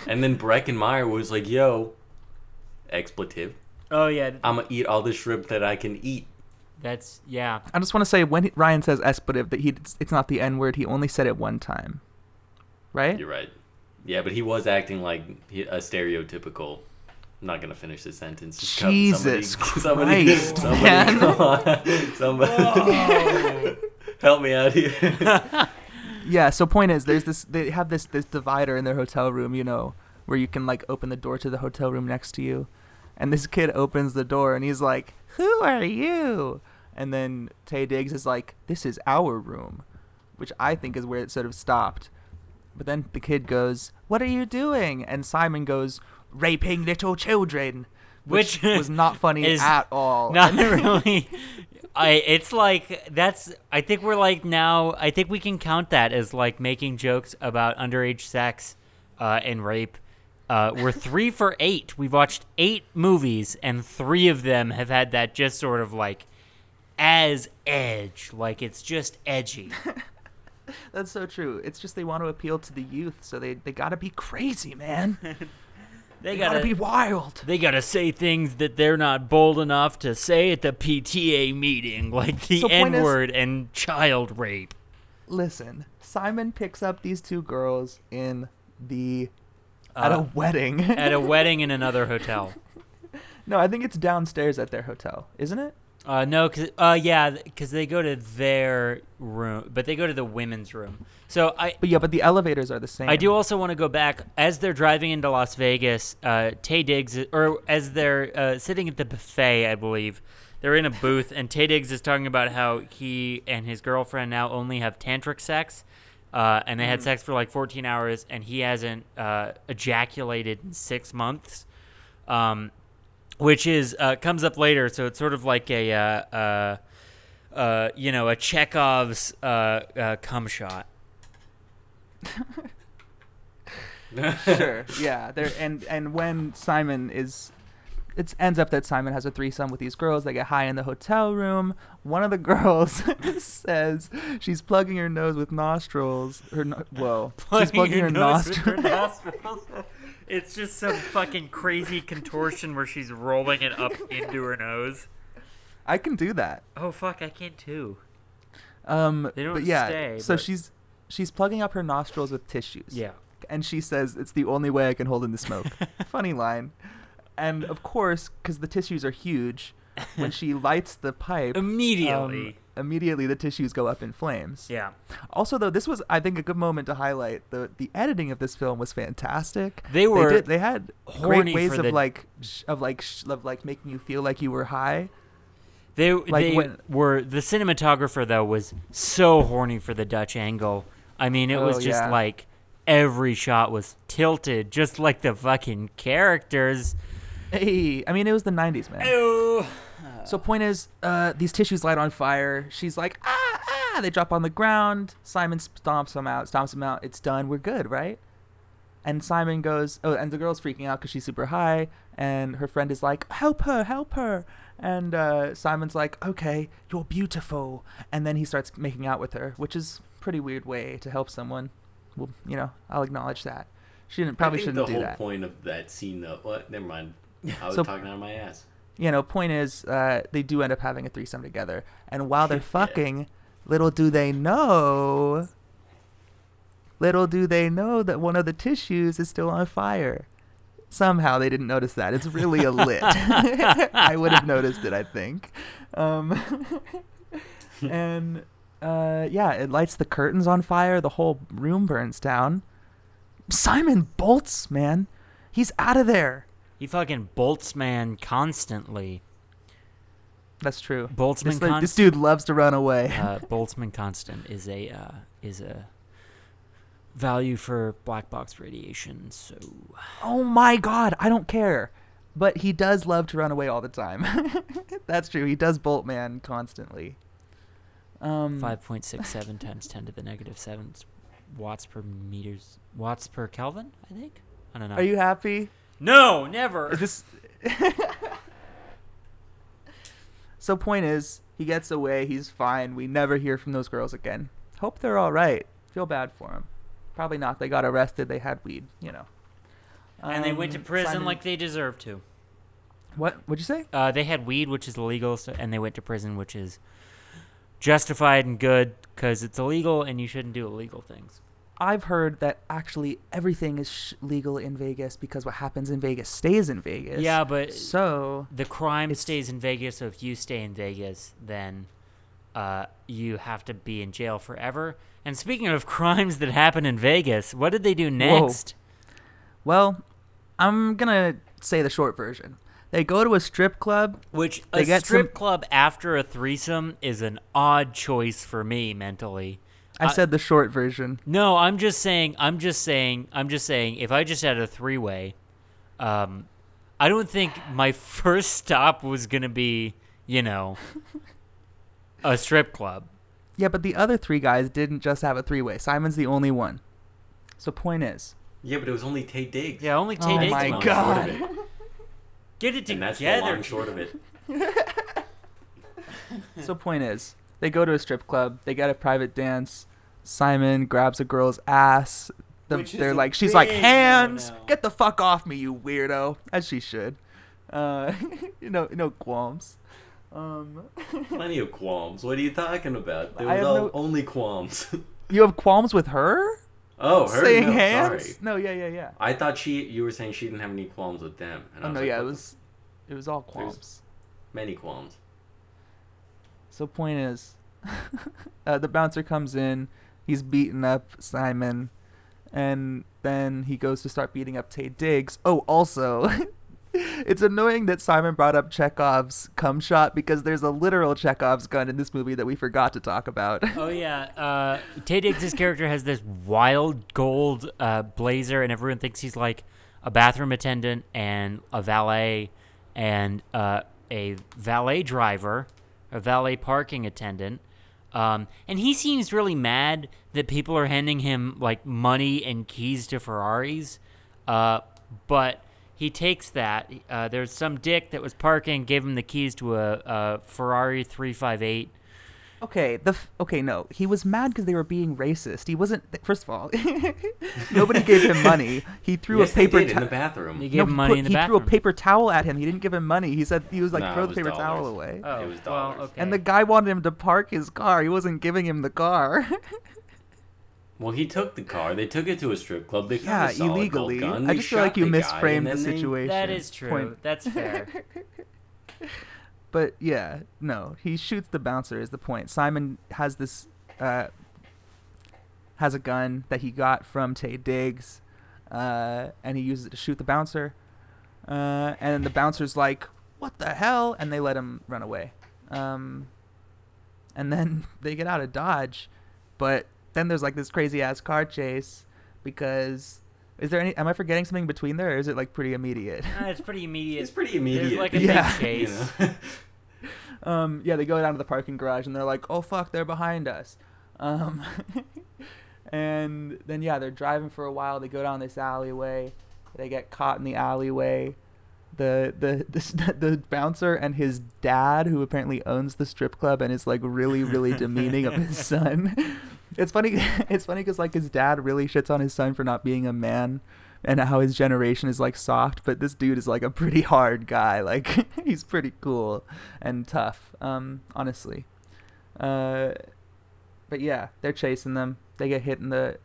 and then Breckenmeyer was like, "Yo, expletive!
oh yeah,
I'm gonna eat all the shrimp that I can eat."
that's yeah.
I just want to say when he- Ryan says expletive that he it's- it's not the N word. He only said it one time, right?
You're right. Yeah, but he was acting like he- a stereotypical. I'm not gonna finish the sentence. Just cut-
Jesus
somebody,
Christ,
somebody,
man.
come on.
Oh.
somebody, help me out here.
Yeah. So point is, there's this. They have this this divider in their hotel room, you know, where you can like open the door to the hotel room next to you, and this kid opens the door and he's like, "Who are you?" And then Tay Diggs is like, "This is our room," which I think is where it sort of stopped. But then the kid goes, "What are you doing?" And Simon goes, "Raping little children," which,
Which
was not funny
is
at all.
Not really. I. It's like that's. I think we're like now. I think we can count that as like making jokes about underage sex, uh, and rape. Uh, we're three for eight. We've watched eight movies, and three of them have had that just sort of like as edge. Like it's just edgy.
That's so true. It's just they want to appeal to the youth, so they they gotta be crazy, man.
They
They gotta,
gotta
be wild.
They gotta say things that they're not bold enough to say at the PTA meeting, like the
So point is-
N word and child rape.
Listen, Simon picks up these two girls in the at a
Uh,
wedding.
at a wedding in another hotel.
no, I think it's downstairs at their hotel, isn't it?
Uh, no, cause, uh, yeah, because they go to their room, but they go to the women's room. So I,
But yeah, but the elevators are the same.
I do also want to go back as they're driving into Las Vegas. Uh, Tay Diggs, or as they're uh, sitting at the buffet, I believe they're in a booth, and Tay Diggs is talking about how he and his girlfriend now only have tantric sex, uh, and they had sex for like 14 hours, and he hasn't uh, ejaculated in six months, um, which is uh, comes up later. So it's sort of like a. Uh, uh, uh, you know, a Chekhov's uh, uh, cum shot.
sure yeah there and and when simon is it ends up that simon has a threesome with these girls they get high in the hotel room one of the girls says she's plugging her nose with nostrils her no- whoa she's plugging her
nose with
nostrils
her nostrils. It's just some fucking crazy contortion where she's rolling it up into her nose.
i can do that
Oh fuck, I can't too.
um
They don't
but yeah
stay,
so
but-
she's she's plugging up her nostrils with tissues
Yeah.
and she says it's the only way I can hold in the smoke. Funny line. And of course, because the tissues are huge, when she lights the pipe, um,
Immediately.
immediately the tissues go up in flames.
yeah.
Also, though, this was I think a good moment to highlight the the editing of this film was fantastic.
They were
they, did, they had
horny
great ways
for
of
the-
like sh- of like sh- of like making you feel like you were high.
They
Like
they
when-
were the cinematographer though was so horny for the Dutch angle. I mean, it was
Oh,
just
yeah.
like every shot was tilted, just like the fucking characters.
Hey, I mean, it was the '90s, man.
Oh,
So point is, uh, these tissues light on fire. She's like, ah, ah. They drop on the ground. Simon stomps them out. Stomps them out. It's done. We're good, right? And Simon goes, oh, and the girl's freaking out because she's super high. And her friend is like, help her, help her. And uh, Simon's like, okay, you're beautiful. And then he starts making out with her, which is a pretty weird way to help someone. Well, you know, I'll acknowledge that. She didn't, probably
I think
shouldn't do
the whole
that.
point of that scene, though. What? Never mind. I was
So-
talking out of my ass.
you know, point is, uh, they do end up having a threesome together. And while they're fucking, little do they know, little do they know that one of the tissues is still on fire. Somehow they didn't notice that. It's really a lit. I would have noticed it, I think. Um, and uh, yeah, it lights the curtains on fire. The whole room burns down. Simon bolts, man. He's out of there.
he fucking bolts man constantly.
That's true.
Boltzmann
This, like, this
const-
dude loves to run away.
Uh, Boltzmann constant is a uh, is a value for black box radiation. So
oh my god, I don't care. But he does love to run away all the time. That's true. He does bolt man constantly. Um,
five point six seven times ten to the negative seven watts per meters watts per Kelvin. I think. I don't know.
Are you happy?
No, never.
Is this? so point is, he gets away. He's fine. We never hear from those girls again. Hope they're all right. Feel bad for him. Probably not. They got arrested. They had weed. You know.
and they went to
Um,
prison
Simon-
like they deserve to.
what? What'd you say?
Uh, they had weed, which is illegal, so, and they went to prison, which is justified and good because it's illegal and you shouldn't do illegal things.
I've heard that actually everything is sh- legal in Vegas because what happens in Vegas stays in Vegas.
Yeah, but
So
the crime
It's-
stays in Vegas. So if you stay in Vegas, then uh, you have to be in jail forever. And speaking of crimes that happen in Vegas, what did they do next?
Well, I'm gonna say the short version. They go to a strip club.
Which
They
a
got
strip
some-
club after a threesome is an odd choice for me mentally.
I
Uh,
said the short version.
No, I'm just saying. I'm just saying. I'm just saying. If I just had a three way, um, I don't think my first stop was gonna be, you know, a strip club.
Yeah, but the other three guys didn't just have a three way. Simon's the only one. So point is,
Yeah, but it was only Tay Diggs.
Yeah, only Tay
Oh
Diggs
my
went.
God.
Short of it.
Get it
And that's the
together.
long short of it. Hmm.
so point is, they go to a strip club. They got a private dance. Simon grabs a girl's ass. The,
Which is
they're
a
like, she's like,
big
hands,
no-no.
get the fuck off me, you weirdo, as she should. Uh, you know, no qualms. Um,
Plenty of qualms. What are you talking about? There
I
was
have
all,
no-
only qualms.
you have qualms with her
oh, her
saying
no,
hands?
Sorry.
No, yeah, yeah, yeah.
I thought she. You were saying she didn't have any qualms with them. And I
Oh
was
no,
like,
yeah, it
what the-
was, it was all qualms.
many qualms.
So point is, uh, the bouncer comes in, he's beating up Simon, and then he goes to start beating up Tay Diggs. Oh, also, it's annoying that Simon brought up Chekhov's cum shot because there's a literal Chekhov's gun in this movie that we forgot to talk about.
Oh yeah, uh, Tay Diggs' character has this wild gold uh, blazer, and everyone thinks he's like a bathroom attendant and a valet and uh, a valet driver, a valet parking attendant. Um, and he seems really mad that people are handing him like money and keys to Ferraris. Uh, but he takes that. Uh, there's some dick that was parking, gave him the keys to a, a Ferrari 358.
Okay, the f- okay, no, he was mad because they were being racist. He wasn't. Th- first of all, nobody gave him money. He threw
yes,
a
they
paper
did in
to-
the bathroom.
He
No,
gave him
he
money
put-
in the
he
bathroom.
threw a paper towel at him. He didn't give him money. He said he was like
No,
throw
it
the
was
paper
dollars.
towel away.
Oh,
It was
well,
dollars.
okay.
And the guy wanted him to park his car. He wasn't giving him the car.
Well, he took the car. They took it to a strip club. They found
yeah,
a solid
illegally.
Gold gun.
I
They
just feel
shot
like you
the guy,
misframed
and
the
then they-
situation.
that is true.
Point.
That's fair.
But yeah, no, he shoots the bouncer is the point. Simon has this uh, has a gun that he got from Tay Diggs, uh, and he uses it to shoot the bouncer. Uh, and the bouncer's like, "What the hell?" and they let him run away. Um, and then they get out of dodge, but then there's like this crazy ass car chase because is there any? Am I forgetting something between there, or is it like pretty immediate?
Uh, it's pretty immediate.
It's pretty immediate.
There's like a
Yeah.
big chase.
You know?
um, yeah, they go down to the parking garage and they're like, "Oh fuck, they're behind us." Um, and then yeah, they're driving for a while. They go down this alleyway. They get caught in the alleyway. The the the, the bouncer and his dad, who apparently owns the strip club and is like really really demeaning of his son. It's funny. It's funny because like his dad really shits on his son for not being a man. And how his generation is like soft, but this dude is like a pretty hard guy. Like he's pretty cool and tough. Um, honestly, uh, but yeah, they're chasing them. They get hit in the.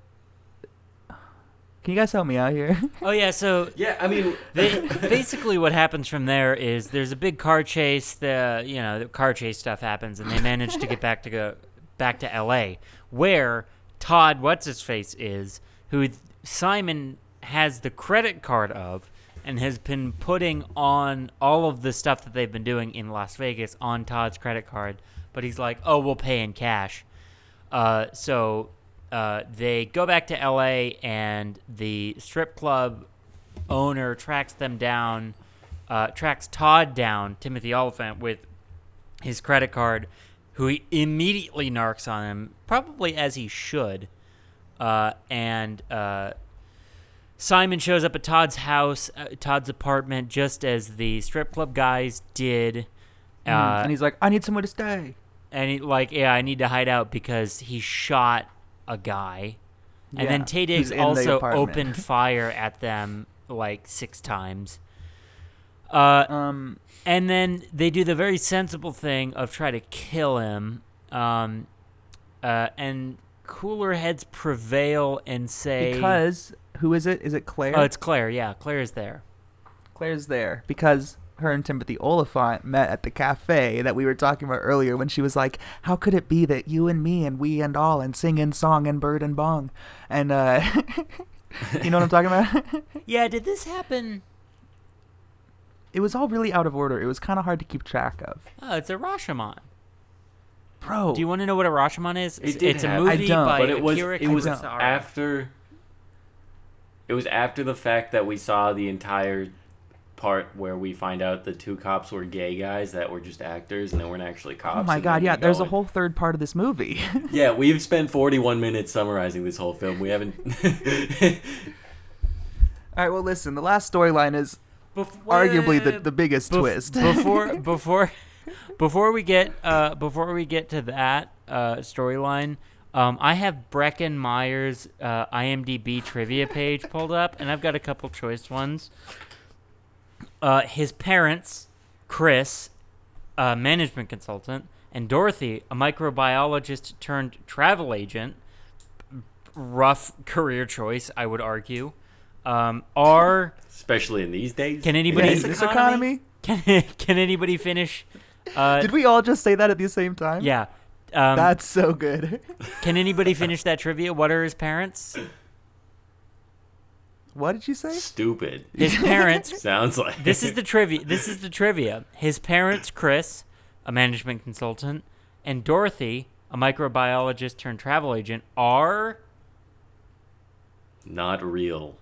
Can you guys help me out here?
Oh yeah, so
yeah, I mean,
they, basically what happens from there is there's a big car chase the you know the car chase stuff happens and they manage to get back to go back to la where todd what's his face is who simon has the credit card of and has been putting on all of the stuff that they've been doing in las vegas on todd's credit card but he's like oh we'll pay in cash uh, so uh, they go back to LA, and the strip club owner tracks them down, uh, tracks Todd down, Timothy Oliphant, with his credit card, who he immediately narcs on him, probably as he should. Uh, and uh, Simon shows up at Todd's house, uh, Todd's apartment, just as the strip club guys did. Uh,
and he's like, I need somewhere to stay.
and he, like yeah i need to hide out because he shot a guy and then
Yeah,
tay
who's
diggs
in the
also
apartment.
opened fire at them like six times uh,
Um,
and then they do the very sensible thing of try to kill him um, uh, and cooler heads prevail and say
because who is it? Is it Claire?
oh it's claire yeah claire is there
Claire's there because her and Timothy Oliphant met at the cafe that we were talking about earlier when she was like, How could it be that you and me and we and all and sing and song and bird and bong? And, uh, you know what I'm talking about?
yeah did this happen
it was all really out of order. It was kind of hard to keep track of.
oh it's a rashomon
Bro.
do you want to know what a rashomon is
It did
it's a
happen.
movie
I don't,
by
but it was
Akira
it was
Kurosawa.
after. It was after the fact that we saw the entire part where we find out the two cops were gay guys that were just actors and they weren't actually cops.
Oh my
and
god,
then
yeah,
we
there's
go
a
in-
whole third part of this movie.
Yeah, we've spent 41 minutes summarizing this whole film. We haven't.
All right, well, listen, the last storyline is
Bef-
arguably the,
Well,
the biggest
Bef-
twist.
before before before we get uh, before we get to that uh, storyline. Um, I have Brecken Myers' uh, IMDb trivia page pulled up, and I've got a couple choice ones. Uh, his parents, Chris, a management consultant, and Dorothy, a microbiologist turned travel agent, rough career choice, I would argue, um, are.
especially in these days.
Can
Yeah,
anybody
in this economy?
can can anybody finish? Uh,
Did we all just say that at the same time?
yeah. Um,
That's so good.
can anybody finish that trivia? What are his parents?
what did you say?
Stupid.
His parents.
Sounds like.
this is the trivia. This is the trivia. His parents, Chris, a management consultant, and Dorothy, a microbiologist turned travel agent, are.
Not real.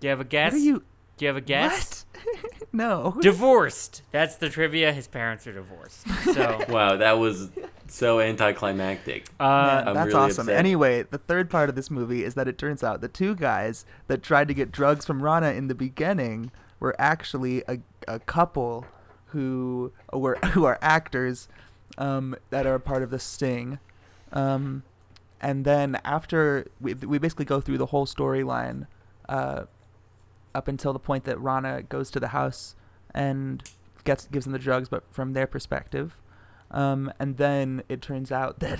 Do you have a guess?
What are you.
Do you have a guess?
What? no.
Divorced. That's the trivia. His parents are divorced. So
Wow, that was so anticlimactic.
Uh,
I'm
That's
really
awesome.
upset.
Anyway, the third part of this movie is that it turns out the two guys that tried to get drugs from Rana in the beginning were actually a, a couple who were who are actors um, that are part of the sting. Um, and then after we, we basically go through the whole storyline uh, up until the point that Rana goes to the house and gets gives them the drugs, but from their perspective. Um, and then it turns out that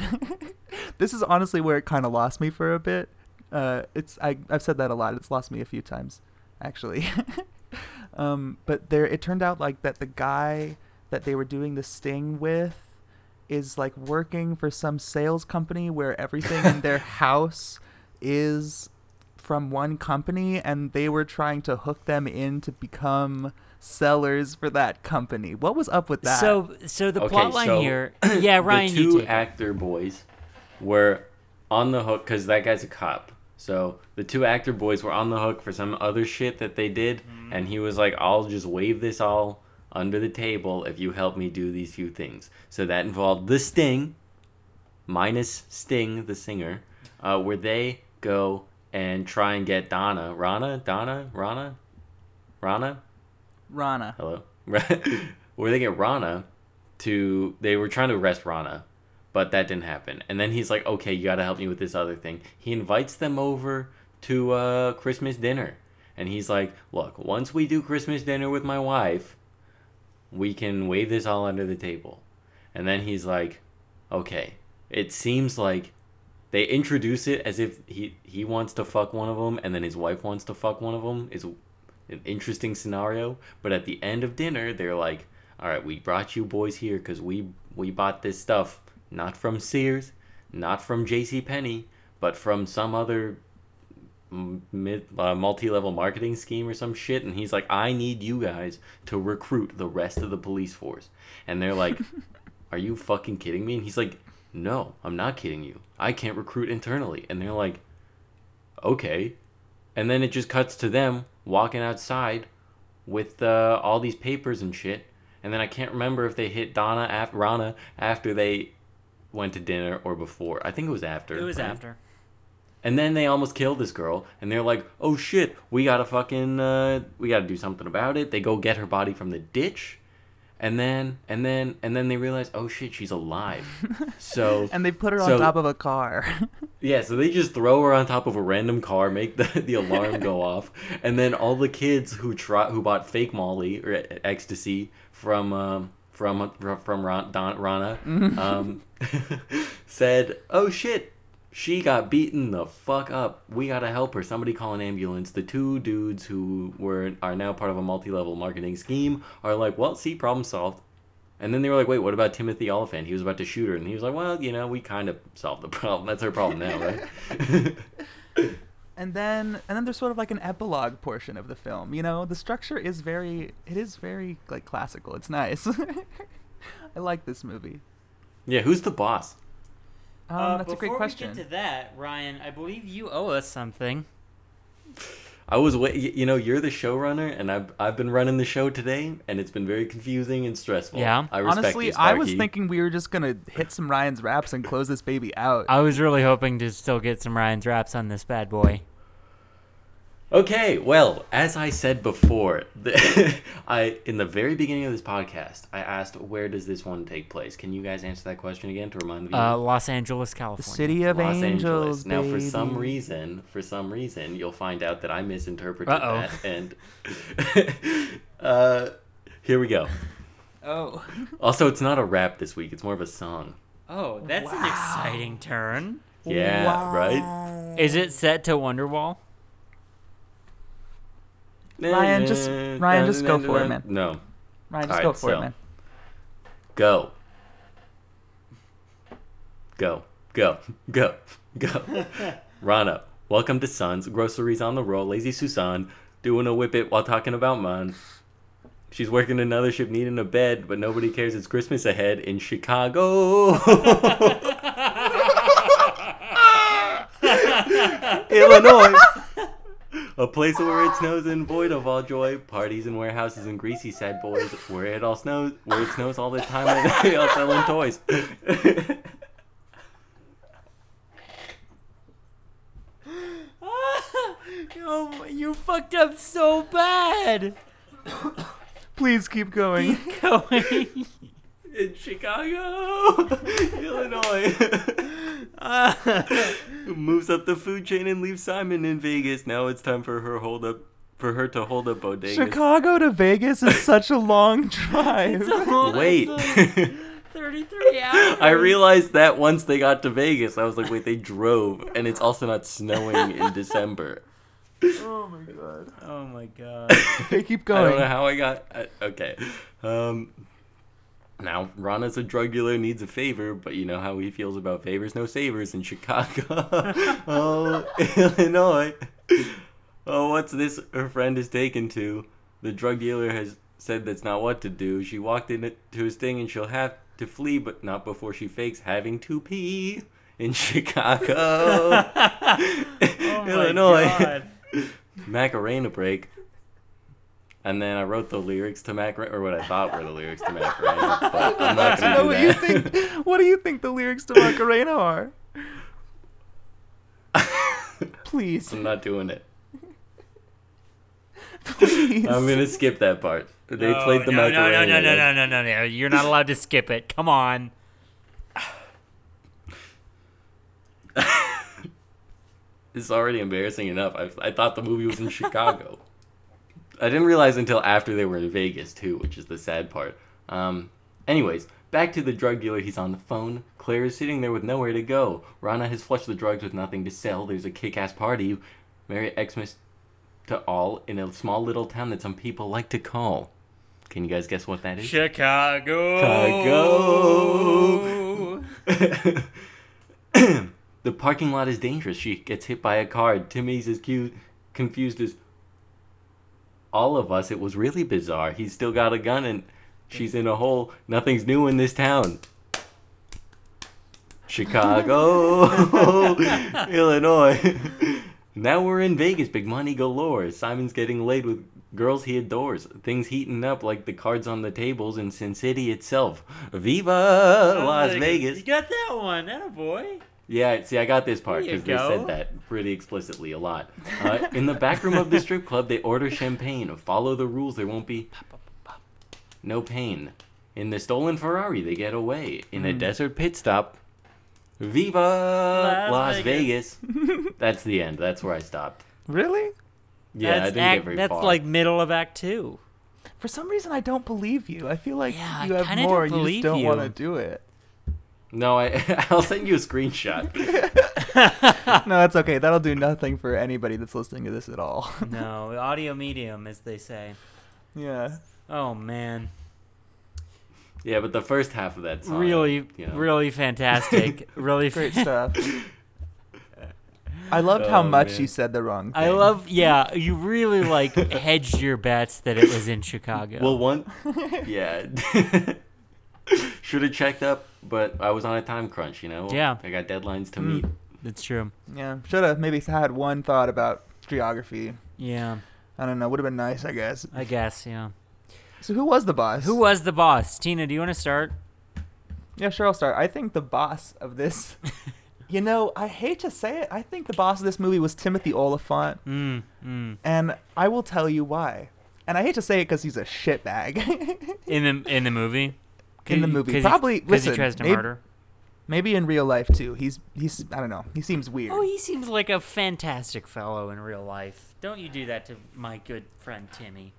this is honestly where it kind of lost me for a bit. Uh, it's I, I've said that a lot. It's lost me a few times, actually. um, but there, it turned out like that the guy that they were doing the sting with is like working for some sales company where everything in their house is from one company, and they were trying to hook them in to become sellers for that company. What was up with that?
So, so the
Okay,
plot line
so
here. Yeah, Ryan,
the
you
two
take it.
actor boys were on the hook because that guy's a cop. So the two actor boys were on the hook for some other shit that they did, and he was like, "I'll just wave this all under the table if you help me do these few things." So that involved the Sting, minus Sting the singer, uh, where they go and try and get Donna, Rana, Donna, Rana, Rana,
Rana.
Hello. Where they get Rana to they were trying to arrest Rana, but that didn't happen. And then he's like, "Okay, you got to help me with this other thing." He invites them over to uh, Christmas dinner, and he's like, "Look, once we do Christmas dinner with my wife, we can wave this all under the table." And then he's like, "Okay, it seems like." They introduce it as if he, he wants to fuck one of them, and then his wife wants to fuck one of them. Is an interesting scenario. But at the end of dinner, they're like, "All right, we brought you boys here because we we bought this stuff not from Sears, not from J.C. Penney, but from some other m- mid, uh, multi-level marketing scheme or some shit." And he's like, "I need you guys to recruit the rest of the police force," and they're like. Are you fucking kidding me? And he's like, No, I'm not kidding you. I can't recruit internally. And they're like, Okay. And then it just cuts to them walking outside with uh, all these papers and shit. And then I can't remember if they hit Donna af- Rana after they went to dinner or before. I think it was after.
It was
right?
after.
And then they almost killed this girl, and they're like, "Oh shit, we gotta fucking, uh, we gotta do something about it." They go get her body from the ditch, and then, and then, and then they realize, "Oh shit, she's alive." So
And they put her
So-
on top of a car.
yeah, so they just throw her on top of a random car, make the, the alarm go off, and then all the kids who try who bought fake Molly or e- ecstasy from um, from from Ron, Don, Rana um, said, "Oh shit, she got beaten the fuck up. We gotta help her. Somebody call an ambulance." The two dudes who were are now part of a multi level marketing scheme are like, "Well, see, problem solved." And then they were like, wait, what about Timothy Oliphant? He was about to shoot her. And he was like, well, you know, we kind of solved the problem. That's her problem now, right?
and then and then there's sort of like an epilogue portion of the film you know the structure is very it is very like classical it's nice i like this movie
yeah, who's the boss?
um, that's a great question
Uh, Before we get to that, Ryan, I believe you owe us something.
I was, wa- y- you know, you're the showrunner, and I've, I've been running the show today, and it's been very confusing and stressful.
Yeah.
I respect
honestly
you,
i was
Sparky.
thinking we were just gonna hit some ryan's raps and close this baby out
I was really hoping to still get some Ryan's raps on this bad boy.
Okay, well, as I said before, the, I in the very beginning of this podcast, I asked, where does this one take place? Can you guys answer that question again to remind the viewers?
Uh, Los Angeles,
the
California.
city of
Los
angels
Angeles. Now, for some
baby.
reason, for some reason, you'll find out that I misinterpreted
Uh-oh.
that. And uh, here we go.
oh
Also, it's not a rap this week; it's more of a song.
Oh, that's an exciting turn.
Yeah, right.
Is it set to Wonderwall?
Ryan, just- Ryan, just go for it, man.
No,
ryan just
All
go
right,
for
so-
it man
go, go, go, go, go. Rana, welcome to Sons. Groceries on the roll. Lazy Susan doing a whip it while talking about mine. She's working another shift, needing a bed, but nobody cares. It's Christmas ahead in Chicago. Illinois. A place where it snows and void of all joy, parties and warehouses and greasy sad boys, where it all snows, where it snows all the time and they all selling toys.
No, you fucked up so bad.
Please keep going.
Going.
in Chicago, Illinois. Moves up the food chain and leaves Simon in Vegas. Now it's time for her hold up, for her to hold up bodega.
Chicago to Vegas is such a long drive.
Wait,
Thirty-three hours.
I realized that once they got to Vegas, I was like, wait, they drove, and it's also not snowing in December.
oh my god.
Oh my god.
Hey, keep
I don't know
going.
how I got. I, okay. Um, now, Rana's a drug dealer, needs a favor, but you know how he feels about favors, no savers in Chicago. oh, Illinois. Oh, what's this her friend is taken to? The drug dealer has said that's not what to do. She walked into his thing and she'll have to flee, but not before she fakes having to pee in Chicago.
Oh my
Illinois.
God.
Macarena break. And then I wrote the lyrics to Macarena, or what I thought were the lyrics to Macarena. But I'm
I
not gonna
know
do
what you
that.
think. What do you think the lyrics to Macarena are? Please,
I'm not doing it.
please.
I'm gonna skip that part. They
No,
played the
no, no,
Macarena.
no, no, no, no, no, no, no. You're not allowed to skip it. Come on.
It's already embarrassing enough. I, I thought the movie was in Chicago. I didn't realize until after they were in Vegas too, which is the sad part. Um, anyways, back to the drug dealer. He's on the phone. Claire is sitting there with nowhere to go. Rana has flushed the drugs with nothing to sell. There's a kick-ass party. Merry Xmas to all in a small little town that some people like to call. Can you guys guess what that is?
Chicago.
Chicago. the parking lot is dangerous. She gets hit by a car. Timmy's as cute, confused as all of us. It was really bizarre. He's still got a gun and she's in a hole. Nothing's new in this town. Chicago, Illinois. now we're in Vegas. Big money galore. Simon's getting laid with girls he adores. Things heating up like the cards on the tables in Sin City itself. Viva Las Vegas.
You got that one. That a boy.
Yeah, see, I got this part
There you
because they
go.
said that pretty explicitly a lot. Uh, in the back room of the strip club, they order champagne. Follow the rules, there won't be no pain. In the stolen Ferrari, they get away. In
Hmm.
a desert pit stop, Viva Las,
Vegas.
Vegas. That's the end. That's where I stopped.
Really?
Yeah,
that's
I didn't
act-
get very
That's
far.
like middle of Act Two.
For some reason, I don't believe you. I feel like
Yeah, I
you have
kinda don't
more, and you
believe
just don't
you.
want to do it.
No, I, I'll send you a screenshot.
No, that's okay. That'll do nothing for anybody that's listening to this at all.
No, audio medium, as they say.
yeah.
Oh man,
yeah, but the first half of that song.
really,
you know.
really fantastic. really
Great
fan-
stuff. I loved how
Oh,
much
man.
you said the wrong thing.
I love. Yeah, you really like hedged your bets that it was in Chicago.
Well, one, yeah, should have checked up, but I was on a time crunch. You know.
Yeah.
I got deadlines to
Mm.
meet.
that's true.
Yeah. Should have maybe had one thought about geography.
Yeah,
I don't know. Would have been nice, I guess.
I guess. Yeah.
So who was the boss?
Who was the boss? Tina, do you want to start?
Yeah, sure. I'll start. I think the boss of this. you know, I hate to say it. I think the boss of this movie was Timothy Oliphant,
Mm, mm.
and I will tell you why. And I hate to say it because he's a shitbag.
In the in the movie.
In the movie.
'Cause he-
Probably-
'cause
listen,
he tries to
maybe-
murder.
Maybe in real life too. He's he's I don't know. He seems weird.
Oh, he seems like a fantastic fellow in real life. Don't you do that to my good friend Timmy.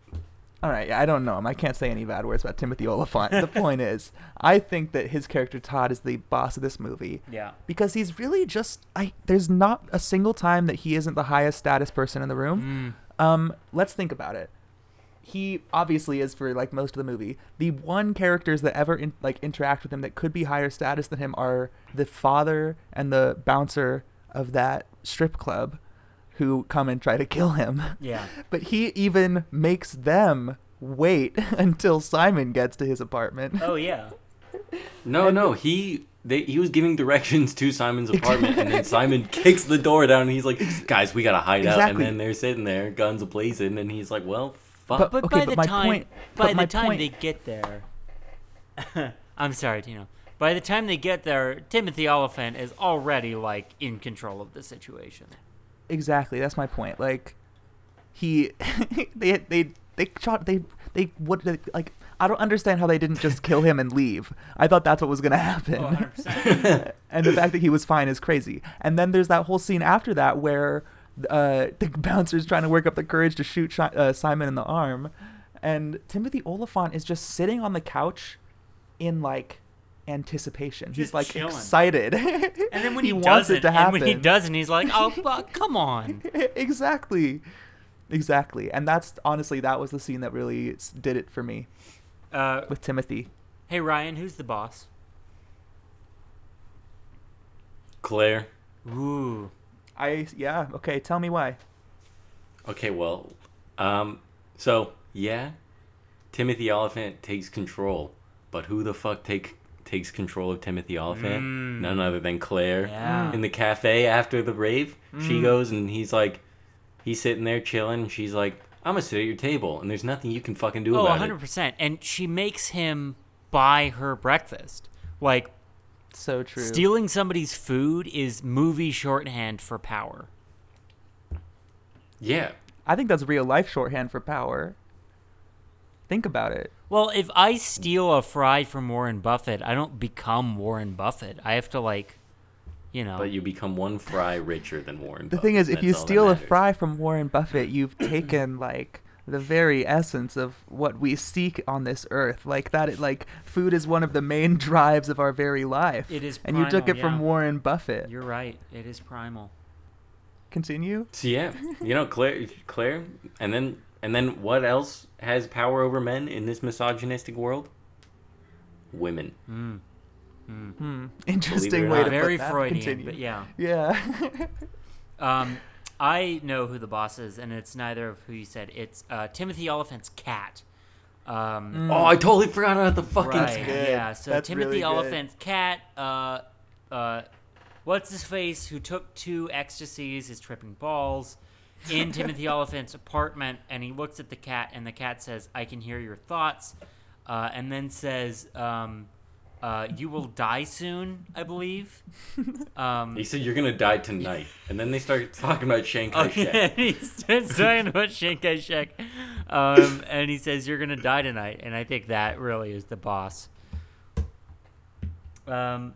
All right, yeah, I don't know him. I can't say any bad words about Timothy Oliphant. the point is, I think that his character Todd is the boss of this movie
Yeah.
because he's really just I there's not a single time that he isn't the highest status person in the room.
Mm.
Um, let's think about it. He obviously is for like most of the movie. The one characters that ever in, like interact with him that could be higher status than him are the father and the bouncer of that strip club who come and try to kill him.
Yeah.
But he even makes them wait until Simon gets to his apartment.
Oh yeah.
No, no, he they, he was giving directions to Simon's apartment, and then Simon kicks the door down, and he's like, "Guys, we gotta hide out." And
Exactly.
then they're sitting there, guns blazing, and he's like, "Well,
But-
fuck."
But by
Okay,
the
my
time
point- but
by the
my
time
point-
they get there I'm sorry, Tino. By the time they get there, Timothy Oliphant is already like in control of the situation.
Exactly, that's my point. Like he they they they shot they they would like I don't understand how they didn't just kill him and leave. I thought that's what was gonna happen.
Oh, 100%.
and the fact that he was fine is crazy. And then there's that whole scene after that where uh, the bouncer's trying to work up the courage to shoot Shi- uh, Simon in the arm, and Timothy Oliphant is just sitting on the couch in like anticipation.
Just
He's like
chilling.
excited.
And then when
he,
he,
wants
doesn't,
it to happen.
and when he doesn't, he's like, "Oh, fuck, come on!"
exactly. Exactly. And that's honestly that was the scene that really s- did it for me
Uh,
with Timothy.
hey Ryan, who's the boss?
Claire.
Ooh,
I yeah, okay, tell me why.
Okay, well, um, so yeah, Timothy Oliphant takes control, but who the fuck take takes control of Timothy Oliphant?
Mm.
None other than Claire.
yeah. Hmm.
In the cafe after the rave, she goes and he's like, he's sitting there chilling, and she's like, "I'm gonna sit at your table, and there's nothing you can fucking do
Oh,
about
100%. And she makes him buy her breakfast. Like,
So true.
stealing somebody's food is movie shorthand for power.
it." Yeah,
I think that's real life shorthand for power. Think about it.
Well, if I steal a fry from Warren Buffett, I don't become Warren Buffett. I have to, like, you know.
but you become one fry richer than Warren.
The
Buffett,
thing is,
and
if you
that's all that
steal a
matters.
fry from Warren Buffett, you've taken like the very essence of what we seek on this earth. Like that, it, like food is one of the main drives of our very life.
It is
and you took it
primal,
from
yeah.
Warren Buffett.
you're right. It is primal.
Continue.
So yeah, you know Claire, Claire, and then and then what else has power over men in this misogynistic world? Women.
Interesting
or
way
not.
to
Very
put that.
Freudian,
Continue.
but yeah.
Yeah.
Um, I know who the boss is, and it's neither of who you said. It's uh, Timothy Oliphant's cat.
Mm.
Um,
Oh, I totally forgot about the fucking.
Right.
good.
Yeah. So
That's
Timothy
really good.
Oliphant's cat. Uh, uh, what's his face? Who took two ecstasies? Is tripping balls in Timothy Oliphant's apartment, and he looks at the cat, and the cat says, "I can hear your thoughts," uh, and then says, um, uh, "You will die soon, I believe." Um,
He said you're gonna die tonight, and then they start talking about Shanghai.
Oh, yeah,
Kai-shek.
he starts talking about Chiang Kai shek. Um, and he says, You're going to die tonight. And I think that really is the boss. Um,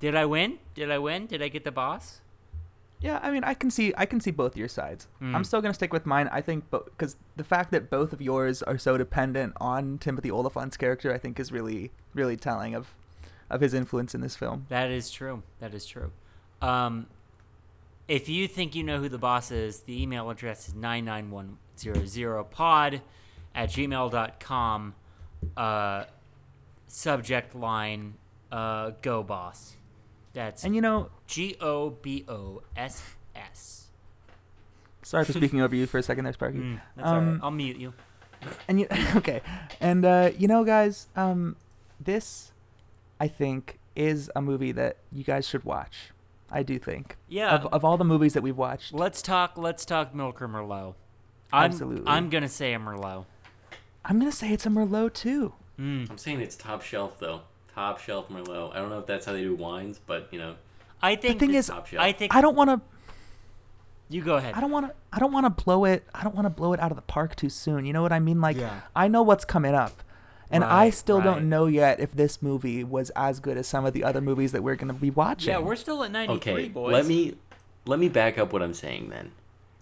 did I win? Did I win? Did I get the boss?
Yeah, I mean, I can see I can see both your sides. I'm still gonna stick with mine. I think, because the fact that both of yours are so dependent on Timothy Oliphant's character, I think is really really telling of of his influence in this film.
That is true. That is true. Um, if you think you know who the boss is, the email address is 99100pod at gmail.com. Uh, subject line uh, Go Boss. That's
And you know,
G O B O S S.
sorry for speaking over you for a second there, Sparky.
Mm, That's all
Um,
right. I'll mute you.
And you okay, and uh, you know, guys, um, this I think is a movie that you guys should watch. I do think
Yeah.
of, of all the movies that we've watched.
Let's talk. Let's talk milk or merlot. I'm,
Absolutely.
I'm gonna say a merlot.
I'm gonna say it's a Merlot too.
I'm saying it's top shelf though, top shelf Merlot. I don't know if that's how they do wines, but you know,
I think
thing
that-
is,
Top shelf.
I think
I don't want to.
you go ahead.
I don't want to. I don't want to blow it. I don't want to blow it out of the park too soon. You know what I mean? Like,
Yeah.
I know what's coming up, and I
Right,
still
right.
don't know yet if this movie was as good as some of the other movies that we're gonna be watching.
yeah, we're still at 93,
okay.
boys.
Let me let me back up what I'm saying then.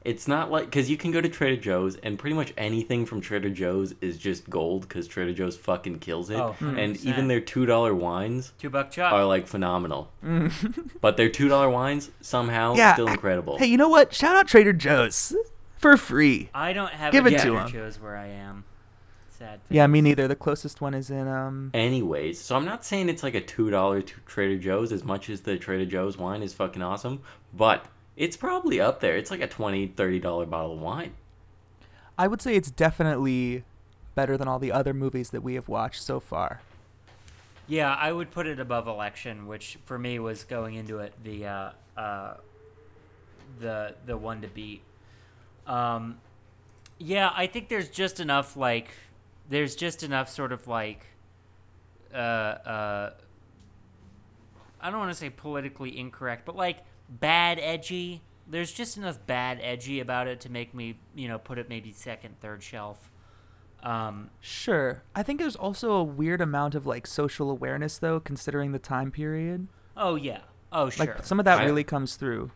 It's not like because you can go to Trader Joe's and pretty much anything from Trader Joe's is just gold because Trader Joe's fucking kills it,
Oh,
Hmm.
and
100%.
even their two dollar wines
Two buck chop.
are like phenomenal. but their two dollar wines somehow
Hmm. Yeah,
still
I-
incredible.
Hey, you know what? Shout out Trader Joe's for free.
I don't have
Give
a
it
to
Trader
him.
Joe's where I am. Sad.
Yeah, me neither. The closest one is in um.
Anyways, so I'm not saying it's like a two dollar Trader Joe's as much as the Trader Joe's wine is fucking awesome, but it's probably up there. It's like a 20 30 dollar bottle of wine.
I would say it's definitely better than all the other movies that we have watched so far.
Yeah, I would put it above election, which for me was going into it the uh, uh, the the one to beat. Um, yeah, I think there's just enough like there's just enough sort of like uh, uh, I don't want to say politically incorrect, but like bad edgy There's just enough bad edgy about it to make me, you know, put it maybe second, third shelf. Um,
Sure. I think there's also a weird amount of like social awareness though, considering the time period.
oh yeah. Oh sure.
Like some of that
I-
really comes through.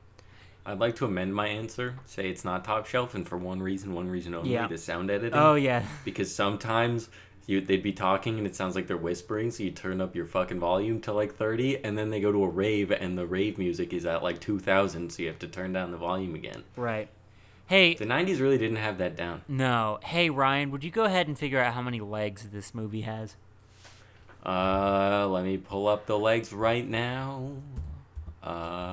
I'd like to amend my answer. Say it's not top shelf, and for one reason, one reason only:
Yeah.
the sound editing.
oh yeah.
Because sometimes you they'd be talking and it sounds like they're whispering, so you turn up your fucking volume to like thirty, and then they go to a rave and the rave music is at like two thousand, so you have to turn down the volume again.
Right. Hey,
The nineties really didn't have that down.
no. Hey Ryan, would you go ahead and figure out how many legs this movie has?
Uh, let me pull up the legs right now.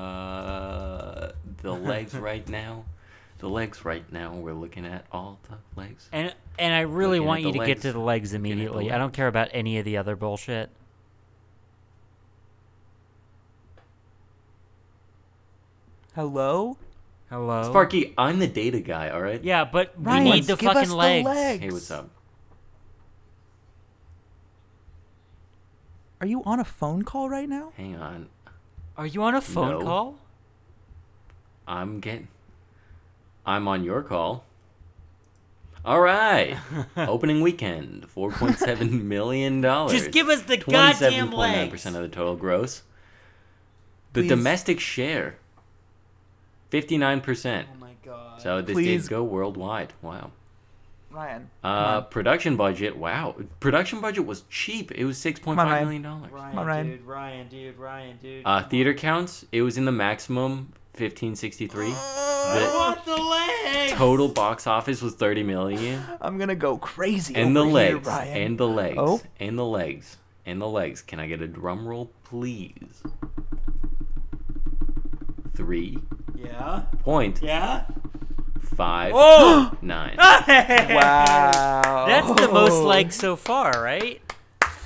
Uh, the legs right now. The legs right now. We're looking at all the legs.
And and I really
Looking at
want
the
you to get
legs.
to the legs
at the
immediately. I
legs.
don't care about any of the other bullshit.
Hello?
Hello.
Sparky, I'm the data guy. All right.
Oh. Yeah, but
Ryan,
we need the
give us
fucking
the
legs.
leg.
Hey, what's up?
Are you on a phone call right now?
Hang on.
Are you on a phone
No.
call?
I'm getting. I'm on your call. All right. Opening weekend, four point seven million dollars.
Just give us the goddamn legs.
percent of the total gross. The
Please.
domestic share, fifty-nine percent.
Oh
my god.
So this
Please.
did go worldwide. Wow.
Ryan.
Uh, production budget. Wow. Production budget was cheap. It was six point
Come on,
five
Ryan.
million dollars.
Ryan,
on, Ryan.
dude, Ryan, dude, Ryan, dude.
Uh, theater counts. It was in the maximum fifteen sixty-three.
I want the legs.
total box office was 30 million
I'm gonna go crazy.
and the
over here,
legs
Ryan.
and the legs
Oh.
and the legs and the legs can i get a drum roll please Three
Yeah.
point
Yeah.
five nine.
Oh!
Wow.
That's the most legs so far, right?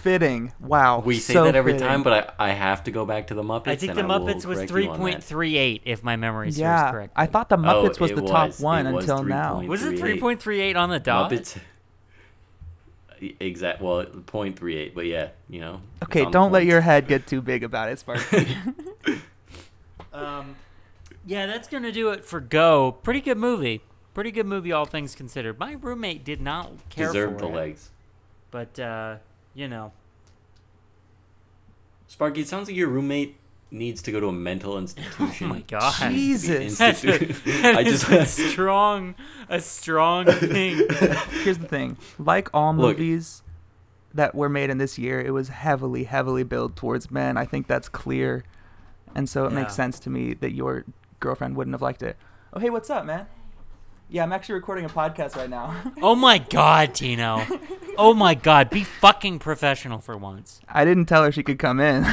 fitting. Wow.
we say
so
that every
fitting.
time but I, I have to go back to the muppets
I think
and
the
will
Muppets was
correct you on that.
3.38, if my memory serves
yeah,
correct.
I thought the Muppets
Oh,
was
it
the top
was.
one
It was
until
three
now.
point-
was it
3.38.
3.38 on the dot?
muppets exact well 0.38 but yeah you know it's
Okay,
on the
don't let
points.
your head get too big about it, Sparky.
Um,
Yeah, that's going to do it for Go. Pretty good movie. Pretty good movie, all things considered. My roommate did not care
deserve
for
the
it,
legs
But, uh, you know.
Sparky, it sounds like your roommate needs to go to a mental institution.
Oh my god.
Jeez. Jesus.
That's a,
I
that is
just
a strong, a strong thing.
Here's the thing: like all
Look.
movies that were made in this year, it was heavily, heavily billed towards men. I think that's clear, and so it
Yeah.
makes sense to me that your girlfriend wouldn't have liked it. Oh, hey, what's up, man? Yeah, I'm actually recording a podcast right now.
Oh my god, Tino. Oh my god, be fucking professional for once.
I didn't tell her she could come in.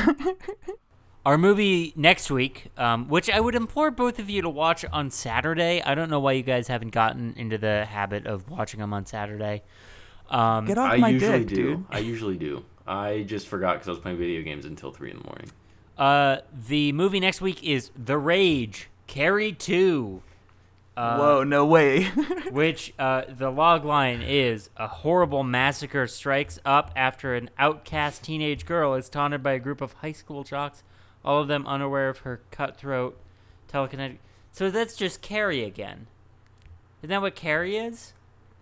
Our movie next week, um, which I would implore both of you to watch on Saturday. I don't know why you guys haven't gotten into the habit of watching them on Saturday. Um,
Get off
I
my
usually
dick,
do.
dude.
I usually do. I just forgot because I was playing video games until three in the morning.
uh, the movie next week is The Rage, Carrie 2. Uh,
Whoa, no way.
which uh, the log line is a horrible massacre strikes up after an outcast teenage girl is taunted by a group of high school jocks, all of them unaware of her cutthroat telekinetic. So that's just Carrie again. Isn't that what Carrie is?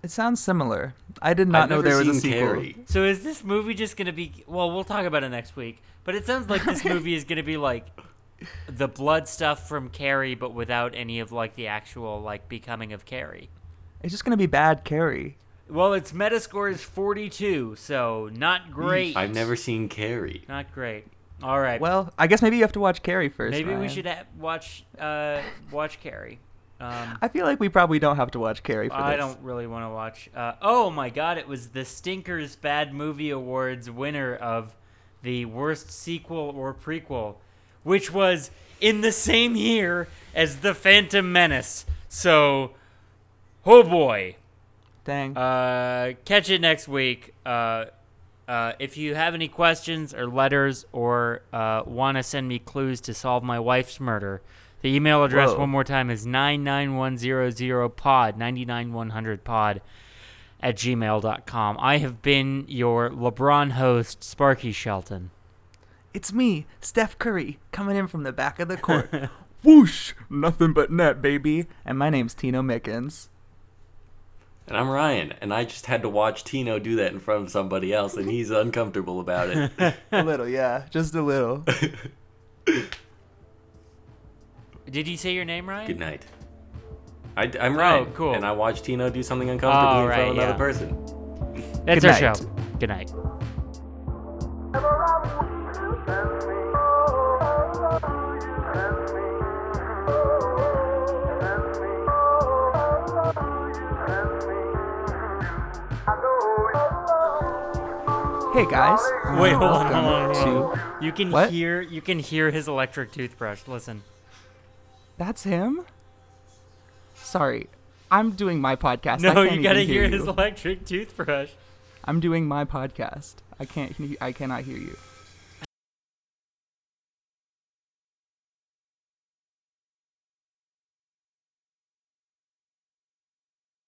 it sounds similar. I did not
I've
know
never
there was a
seen
sequel.
Carrie.
So is this movie just gonna be? Well, we'll talk about it next week. But it sounds like this movie is gonna be like the blood stuff from Carrie, but without any of like the actual like becoming of Carrie.
It's just gonna be bad Carrie.
Well, its Metascore is 42, so not great.
I've never seen Carrie.
Not great. All right.
Well, I guess maybe you have to watch Carrie first.
maybe we
Ryan.
should a- watch uh, watch Carrie. Um,
I feel like we probably don't have to watch Carrie for
I
this.
don't really want to watch. Uh, oh my God! It was the Stinkers Bad Movie Awards winner of the worst sequel or prequel, which was in the same year as the Phantom Menace. So, oh boy.
Dang.
Uh, catch it next week. Uh, uh, if you have any questions or letters or uh, want to send me clues to solve my wife's murder, the email address
Whoa.
one more time is 99100pod, 99100pod at gmail.com. I have been your LeBron host, Sparky Shelton.
It's me, Steph Curry, coming in from the back of the court. Whoosh! Nothing but net, baby. And my name's Tino Mickens.
And I'm Ryan, and I just had to watch Tino do that in front of somebody else, and he's uncomfortable about it.
A little, yeah, just a little.
Did you say your name, Ryan?
Good night. I, am Ryan.
Oh, cool.
And I watched Tino do something uncomfortable
Oh,
in front
right,
of another
yeah.
person.
That's
Good
our
night.
show. Good night.
Hey guys.
Wait, hold on,
Welcome
hold on, hold
to-
You can
What?
hear you can hear his electric toothbrush. Listen.
That's him. Sorry, I'm doing my podcast. I
no,
can't
you gotta
even
hear
you.
his electric toothbrush.
I'm doing my podcast. I can't. he- I cannot hear you.